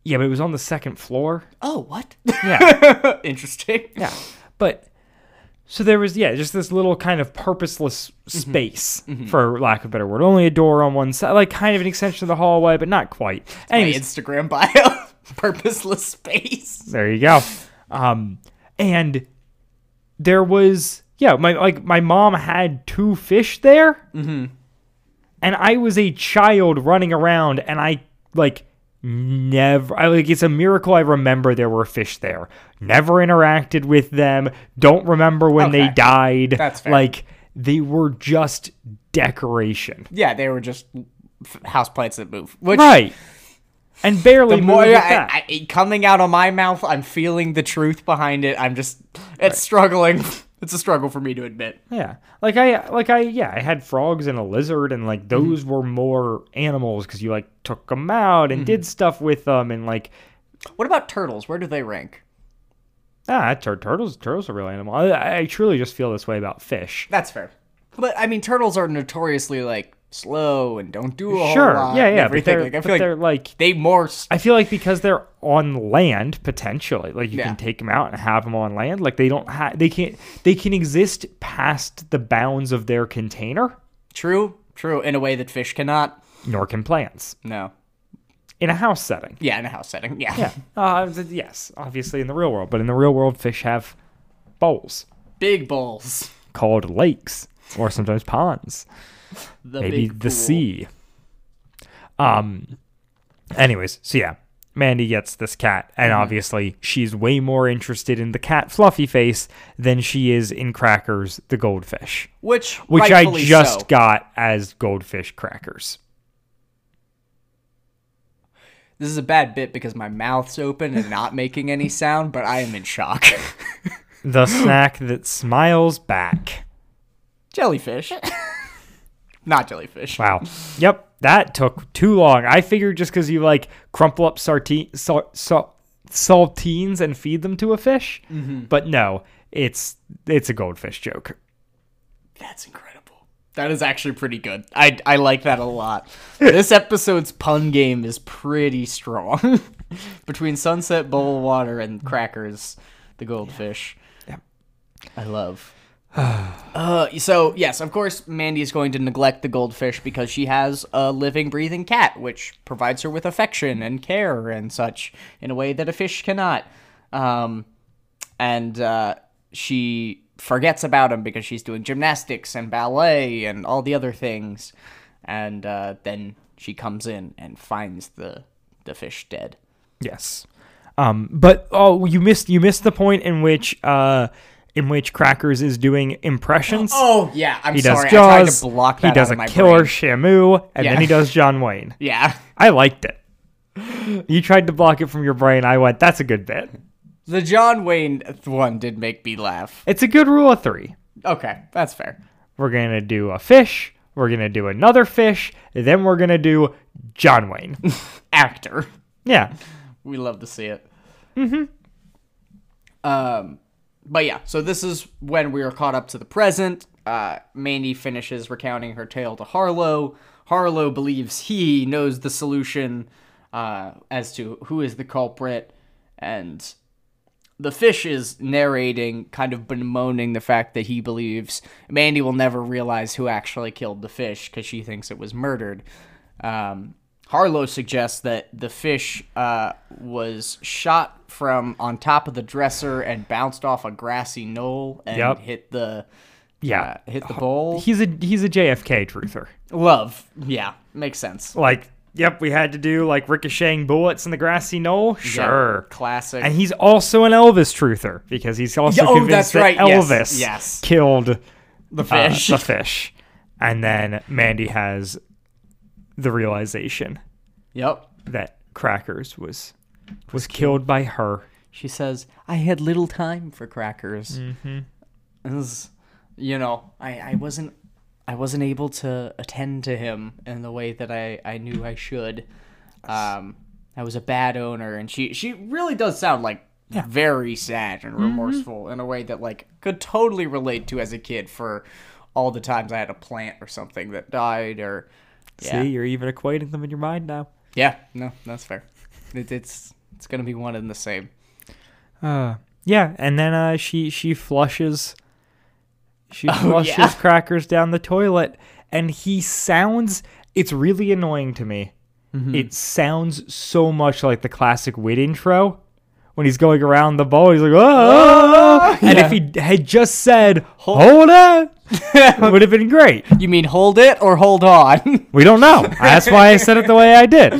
[SPEAKER 2] yeah but it was on the second floor
[SPEAKER 3] Oh, what?
[SPEAKER 2] yeah
[SPEAKER 3] *laughs* Interesting.
[SPEAKER 2] yeah but so there was yeah just this little kind of purposeless space for lack of a better word only a door on one side like kind of an extension of the hallway but not quite
[SPEAKER 3] My
[SPEAKER 2] Anyways,
[SPEAKER 3] Instagram bio. *laughs* Purposeless space.
[SPEAKER 2] There you go. Um, and there was yeah, my like my mom had two fish there, mm-hmm. and I was a child running around, and I like never I like it's a miracle I remember there were fish there. Never interacted with them. Don't remember when they
[SPEAKER 3] Okay.
[SPEAKER 2] died.
[SPEAKER 3] That's fair.
[SPEAKER 2] Like they were just decoration,
[SPEAKER 3] Yeah, they were just f- houseplants that move. Which
[SPEAKER 2] right? And barely
[SPEAKER 3] The
[SPEAKER 2] more.
[SPEAKER 3] more I, I, coming out of my mouth, I'm feeling the truth behind it. I'm just, it's struggling. *laughs* It's a struggle for me to admit.
[SPEAKER 2] Yeah. Like I like I yeah, I had frogs and a lizard and like
[SPEAKER 3] Mm-hmm.
[SPEAKER 2] those were more animals cuz you like took them out and
[SPEAKER 3] Mm-hmm.
[SPEAKER 2] did stuff with them and like
[SPEAKER 3] What about turtles? Where do they rank?
[SPEAKER 2] ah tur- turtles turtles are real animal. I, I truly just feel this way about fish.
[SPEAKER 3] That's fair. But I mean, turtles are notoriously like slow and don't do a
[SPEAKER 2] Sure.
[SPEAKER 3] whole lot.
[SPEAKER 2] Yeah,
[SPEAKER 3] and
[SPEAKER 2] yeah, but
[SPEAKER 3] everything.
[SPEAKER 2] they're,
[SPEAKER 3] Like, I
[SPEAKER 2] but
[SPEAKER 3] feel like
[SPEAKER 2] they're like
[SPEAKER 3] they more. s-
[SPEAKER 2] I feel like because they're on land potentially, like you
[SPEAKER 3] Yeah.
[SPEAKER 2] can take them out and have them on land, like they don't have they can't they can exist past the bounds of their container,
[SPEAKER 3] True, true. In a way that fish cannot.
[SPEAKER 2] nor can plants
[SPEAKER 3] No.
[SPEAKER 2] in a house setting.
[SPEAKER 3] Yeah, in a house setting. Yeah.
[SPEAKER 2] Yeah. Uh, th- yes, obviously in the real world, but in the real world, fish have bowls
[SPEAKER 3] Big bowls.
[SPEAKER 2] called lakes or sometimes ponds,
[SPEAKER 3] The
[SPEAKER 2] maybe
[SPEAKER 3] big
[SPEAKER 2] the
[SPEAKER 3] pool.
[SPEAKER 2] sea. Um. Anyways, so yeah, Mandy gets this cat,
[SPEAKER 3] Mm-hmm.
[SPEAKER 2] and obviously she's way more interested in the cat fluffy face than she is in crackers, the goldfish,
[SPEAKER 3] Which,
[SPEAKER 2] which I
[SPEAKER 3] rightfully
[SPEAKER 2] just
[SPEAKER 3] so.
[SPEAKER 2] got as goldfish crackers.
[SPEAKER 3] This is a bad bit because my mouth's open and not making any sound, but I am in shock. *laughs* *gasps*
[SPEAKER 2] The snack that smiles back. *laughs*
[SPEAKER 3] jellyfish. Not jellyfish. *laughs*
[SPEAKER 2] Wow. Yep. That took too long. I figured just because you like crumple up sarte- sal- sal- saltines and feed them to a fish,
[SPEAKER 3] Mm-hmm.
[SPEAKER 2] but no, it's it's a goldfish joke.
[SPEAKER 3] That's incredible. That is actually pretty good. I, I like that a lot. this episode's pun game is pretty strong. *laughs* Between Sunset Bowl of Water and Crackers, the
[SPEAKER 2] Yeah.
[SPEAKER 3] goldfish. I love. *sighs* uh, so, yes, of course, Mandy is going to neglect the goldfish because she has a living, breathing cat, which provides her with affection and care and such in a way that a fish cannot. Um, and uh, she forgets about him because she's doing gymnastics and ballet and all the other things. And uh, then she comes in and finds the the fish dead.
[SPEAKER 2] Yes. Um, but oh, you missed you missed the point in which uh, in which Crackers is doing impressions.
[SPEAKER 3] *gasps* Oh yeah, I'm
[SPEAKER 2] he does
[SPEAKER 3] sorry. I tried
[SPEAKER 2] Jaws.
[SPEAKER 3] to block
[SPEAKER 2] he
[SPEAKER 3] that
[SPEAKER 2] does
[SPEAKER 3] out
[SPEAKER 2] a
[SPEAKER 3] of my
[SPEAKER 2] killer
[SPEAKER 3] brain.
[SPEAKER 2] Shamu, and
[SPEAKER 3] Yeah.
[SPEAKER 2] then he does John Wayne.
[SPEAKER 3] Yeah,
[SPEAKER 2] I liked it. *laughs* You tried to block it from your brain. I went, that's a good bit.
[SPEAKER 3] the John Wayne one did make me laugh.
[SPEAKER 2] It's a good rule of three.
[SPEAKER 3] Okay, that's fair.
[SPEAKER 2] we're gonna do a fish, we're gonna do another fish, then we're gonna do John
[SPEAKER 3] *laughs*
[SPEAKER 2] Wayne.
[SPEAKER 3] Actor,
[SPEAKER 2] yeah.
[SPEAKER 3] we love to see it. Mm-hmm. Um, but yeah, so this is when we are caught up to the present. Uh, Mandy finishes recounting her tale to Harlow. Harlow believes he knows the solution uh, as to who is the culprit, and the fish is narrating, kind of bemoaning the fact that he believes Mandy will never realize who actually killed the fish because she thinks it was murdered. Um, Harlow suggests that the fish uh, was shot from on top of the dresser and bounced off a grassy knoll and
[SPEAKER 2] Yep.
[SPEAKER 3] hit the
[SPEAKER 2] yeah.
[SPEAKER 3] Uh, hit the bowl.
[SPEAKER 2] He's a he's a JFK truther.
[SPEAKER 3] Love. Yeah, makes sense.
[SPEAKER 2] Like, yep, we had to do like ricocheting bullets in the grassy knoll.
[SPEAKER 3] Yeah,
[SPEAKER 2] Sure.
[SPEAKER 3] classic.
[SPEAKER 2] And he's also an Elvis truther because he's also
[SPEAKER 3] Yeah, oh,
[SPEAKER 2] convinced
[SPEAKER 3] that's
[SPEAKER 2] that
[SPEAKER 3] right, yes,
[SPEAKER 2] Elvis
[SPEAKER 3] yes.
[SPEAKER 2] killed *laughs* the
[SPEAKER 3] fish.
[SPEAKER 2] the fish. And then Mandy has the realization
[SPEAKER 3] yep.
[SPEAKER 2] that Crackers was was killed by her.
[SPEAKER 3] She says, I had little time for crackers. Mm-hmm. you know, I, I wasn't I wasn't able to attend to him in the way that I, I knew I should. Um, I was a bad owner and she, she really does sound like very sad and remorseful in a way that like could totally relate to as a kid for all the times I had a plant or something that died or yeah.
[SPEAKER 2] See, you're even equating them in your mind now.
[SPEAKER 3] Yeah, no, that's fair. It, it's it's gonna be one and the same.
[SPEAKER 2] Uh, yeah, and then uh, she she flushes she flushes
[SPEAKER 3] yeah.
[SPEAKER 2] crackers down the toilet, and he sounds. It's really annoying to me. It sounds so much like the classic wit intro when he's going around the bowl. He's like, oh, and if he had just said, "Hold on," it would have been great.
[SPEAKER 3] You mean hold it or hold on? *laughs*
[SPEAKER 2] We don't know. That's why I said it the way I did.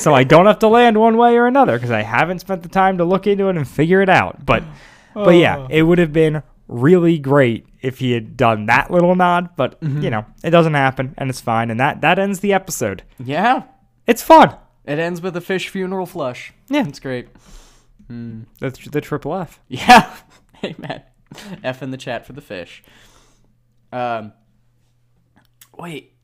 [SPEAKER 2] So I don't have to land one way or another because I haven't spent the time to look into it and figure it out. But but yeah, it would have been really great if he had done that little nod, but you know, it doesn't happen and it's fine and that that ends the episode.
[SPEAKER 3] yeah.
[SPEAKER 2] It's fun.
[SPEAKER 3] It ends with a fish funeral flush.
[SPEAKER 2] Yeah.
[SPEAKER 3] It's great. *laughs*
[SPEAKER 2] That's the triple F.
[SPEAKER 3] Yeah. Amen. F in the chat for the fish. Um Wait.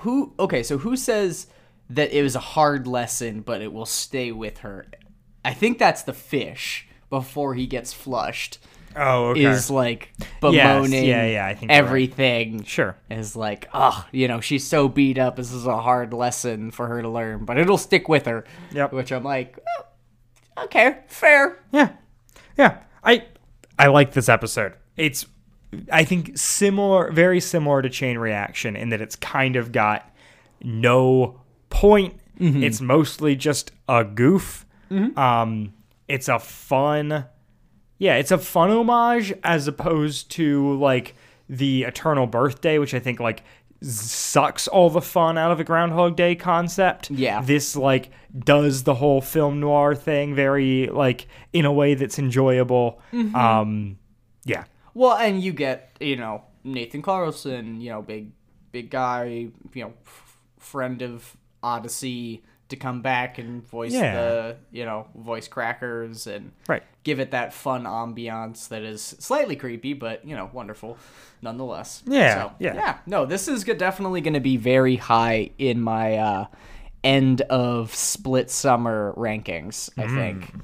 [SPEAKER 3] Who Okay, so who says that it was a hard lesson but it will stay with her? I think that's the fish before he gets flushed.
[SPEAKER 2] Oh,
[SPEAKER 3] Is like bemoaning
[SPEAKER 2] yeah, yeah, I think you're right.
[SPEAKER 3] everything.
[SPEAKER 2] Sure.
[SPEAKER 3] is like, oh, you know, she's so beat up. This is a hard lesson for her to learn, but it'll stick with her.
[SPEAKER 2] Yep.
[SPEAKER 3] Which I'm like, "Oh, okay, fair.
[SPEAKER 2] Yeah. Yeah. I I like this episode. It's I think similar very similar to Chain Reaction in that it's kind of got no point. It's mostly just a goof. Um it's a fun yeah, it's a fun homage as opposed to like the Eternal Birthday, which I think like s- sucks all the fun out of a Groundhog Day concept.
[SPEAKER 3] Yeah.
[SPEAKER 2] This like does the whole film noir thing very like in a way that's enjoyable. Um yeah.
[SPEAKER 3] Well, and you get, you know, Nathan Carlson, you know, big, big guy, you know, f- friend of Odyssey to come back and voice
[SPEAKER 2] Yeah.
[SPEAKER 3] the, you know, voice crackers and
[SPEAKER 2] Right.
[SPEAKER 3] give it that fun ambiance that is slightly creepy, but you know, wonderful nonetheless.
[SPEAKER 2] Yeah,
[SPEAKER 3] So,
[SPEAKER 2] yeah.
[SPEAKER 3] No, this is go- definitely going to be very high in my uh, end of split summer rankings. I
[SPEAKER 2] Mm.
[SPEAKER 3] think.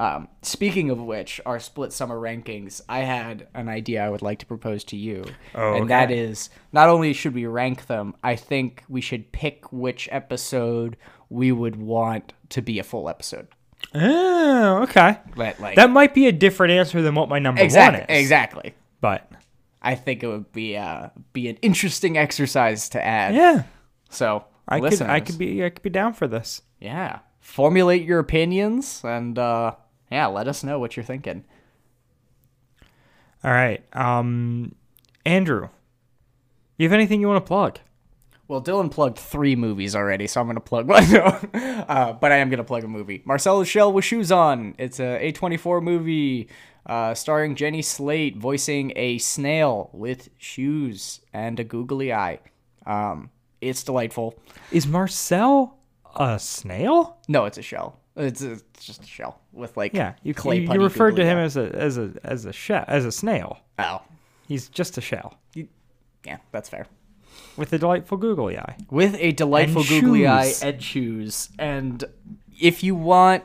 [SPEAKER 3] Um, speaking of which, our split summer rankings, I had an idea I would like to propose to you.
[SPEAKER 2] Oh,
[SPEAKER 3] and that is not only should we rank them, I think we should pick which episode we would want to be a full episode.
[SPEAKER 2] Oh, okay.
[SPEAKER 3] But like
[SPEAKER 2] That might be a different answer than what my number
[SPEAKER 3] exactly,
[SPEAKER 2] one is.
[SPEAKER 3] exactly.
[SPEAKER 2] But
[SPEAKER 3] I think it would be uh be an interesting exercise to add.
[SPEAKER 2] yeah.
[SPEAKER 3] So
[SPEAKER 2] I could I
[SPEAKER 3] listeners,
[SPEAKER 2] could be I could be down for this.
[SPEAKER 3] yeah. Formulate your opinions and uh yeah, let us know what you're thinking.
[SPEAKER 2] All right. Um Andrew. You have anything you want to plug?
[SPEAKER 3] Well, Dylan plugged three movies already, so I'm gonna plug *laughs* one. No. uh, but I am gonna plug a movie. Marcella Shell with Shoes On. It's a A24 movie uh, starring Jenny Slate voicing a snail with shoes and a googly eye. Um, it's delightful.
[SPEAKER 2] Is Marcel a snail?
[SPEAKER 3] No, it's a shell. It's, a, it's just a shell with like
[SPEAKER 2] Yeah, you
[SPEAKER 3] clay.
[SPEAKER 2] you, you
[SPEAKER 3] putty
[SPEAKER 2] referred to
[SPEAKER 3] googly
[SPEAKER 2] him
[SPEAKER 3] eye.
[SPEAKER 2] as a as a as a shell as a snail.
[SPEAKER 3] Oh,
[SPEAKER 2] He's just a shell
[SPEAKER 3] yeah, that's fair.
[SPEAKER 2] with a delightful googly eye.
[SPEAKER 3] With a delightful
[SPEAKER 2] And
[SPEAKER 3] googly eye
[SPEAKER 2] shoes.
[SPEAKER 3] and shoes. And if you want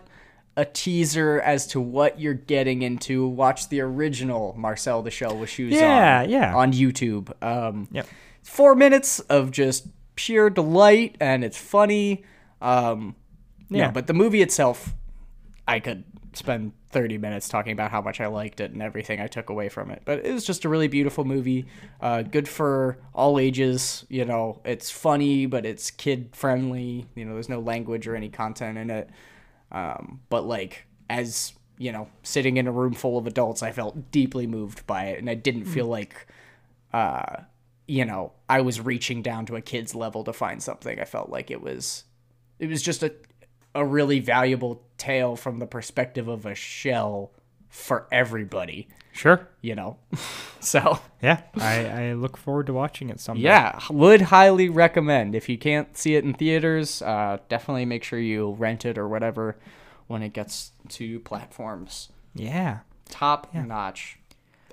[SPEAKER 3] a teaser as to what you're getting into, watch the original Marcel the Shell with Shoes
[SPEAKER 2] Yeah,
[SPEAKER 3] on.
[SPEAKER 2] yeah.
[SPEAKER 3] On YouTube. Um,
[SPEAKER 2] Yep.
[SPEAKER 3] Four minutes of just pure delight, and it's funny. Um, yeah.
[SPEAKER 2] Yeah.
[SPEAKER 3] but the movie itself, I could spend 30 minutes talking about how much I liked it and everything I took away from it. But it was just a really beautiful movie. Uh, good for all ages. You know, it's funny, but it's kid friendly. You know, there's no language or any content in it. Um, but like, as you know, sitting in a room full of adults, I felt deeply moved by it, and I didn't feel like uh, you know, I was reaching down to a kid's level to find something. I felt like it was, it was just a, a really valuable tale from the perspective of a shell for everybody.
[SPEAKER 2] Sure.
[SPEAKER 3] You know, *laughs* so
[SPEAKER 2] Yeah. I, I look forward to watching it someday.
[SPEAKER 3] yeah, would highly recommend. If you can't see it in theaters, uh, definitely make sure you rent it or whatever when it gets to platforms.
[SPEAKER 2] Yeah.
[SPEAKER 3] Top notch.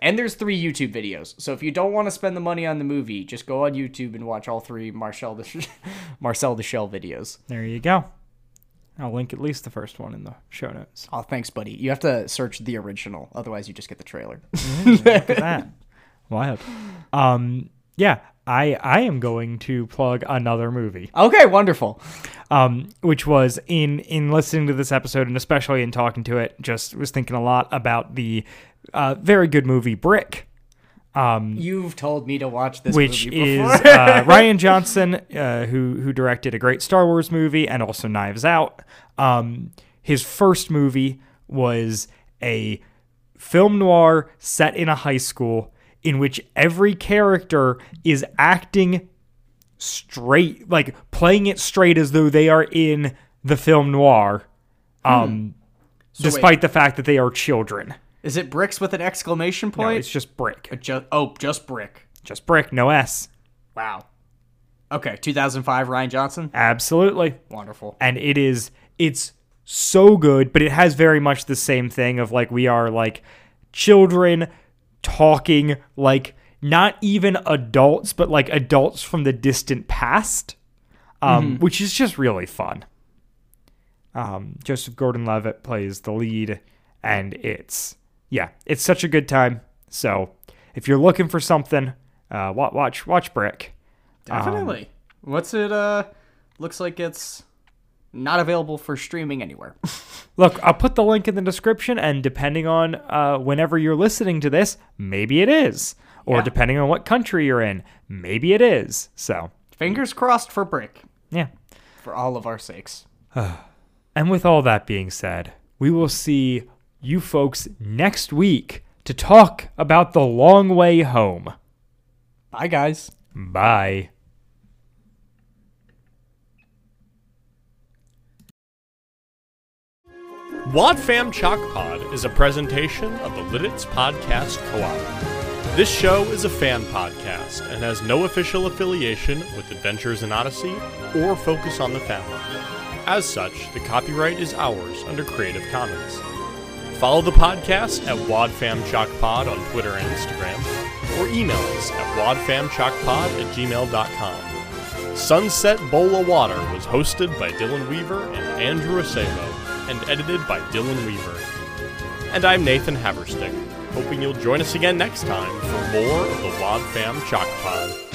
[SPEAKER 3] And there's three YouTube videos. So if you don't want to spend the money on the movie, just go on YouTube and watch all three Marcel the Sh- *laughs* Marcel the Shell videos.
[SPEAKER 2] There you go. I'll link at least the first one in the show notes.
[SPEAKER 3] Oh, thanks, buddy. You have to search the original, otherwise you just get the trailer.
[SPEAKER 2] Look at that. Wild. Um, yeah. I, I am going to plug another movie.
[SPEAKER 3] *laughs* okay, wonderful.
[SPEAKER 2] um, which was in in listening to this episode and especially in talking to it, just was thinking a lot about the uh, very good movie Brick,
[SPEAKER 3] You've told me to watch this
[SPEAKER 2] which
[SPEAKER 3] movie
[SPEAKER 2] is
[SPEAKER 3] before. *laughs*
[SPEAKER 2] uh, Ryan Johnson, uh, who who directed a great Star Wars movie and also Knives Out. Um, his first movie was a film noir set in a high school in which every character is acting straight, like playing it straight as though they are in the film noir, um,
[SPEAKER 3] wait.
[SPEAKER 2] despite the fact that they are children.
[SPEAKER 3] Is it bricks with an exclamation
[SPEAKER 2] No,
[SPEAKER 3] point?
[SPEAKER 2] it's just brick,
[SPEAKER 3] Ju- oh, just brick.
[SPEAKER 2] just brick, no s.
[SPEAKER 3] Wow. Okay, 2005 Ryan Johnson.
[SPEAKER 2] Absolutely.
[SPEAKER 3] Wonderful.
[SPEAKER 2] and it is it's so good but it has very much the same thing of like we are like children talking like not even adults but like adults from the distant past um, which is just really fun um, joseph gordon-levitt plays the lead and it's yeah it's such a good time so if you're looking for something uh, wa- watch watch brick
[SPEAKER 3] Definitely. What's it uh looks like it's not available for streaming *laughs* anywhere.
[SPEAKER 2] Look, I'll put the link in the description, and depending on uh, whenever you're listening to this, maybe it is. Or
[SPEAKER 3] Yeah.
[SPEAKER 2] depending on what country you're in, maybe it is. So,
[SPEAKER 3] Fingers crossed for brick
[SPEAKER 2] yeah.
[SPEAKER 3] for all of our sakes.
[SPEAKER 2] And with all that being said, we will see you folks next week to talk about the long way home.
[SPEAKER 3] Bye guys.
[SPEAKER 2] Bye.
[SPEAKER 1] Wadfam Chalk Pod is a presentation of the Lidditz Podcast Co-op. This show is a fan podcast and has no official affiliation with Adventures in Odyssey or Focus on the Family. As such, the copyright is ours under Creative Commons. Follow the podcast at Wadfam Chalk Pod on Twitter and Instagram, or email us at wadfamchalkpod at gmail.com. Sunset Bowl of Water was hosted by Dylan Weaver and Andrew Acebo and edited by Dylan Weaver. And I'm Nathan Haverstick, hoping you'll join us again next time for more of the Wad Fam Chalk Pod.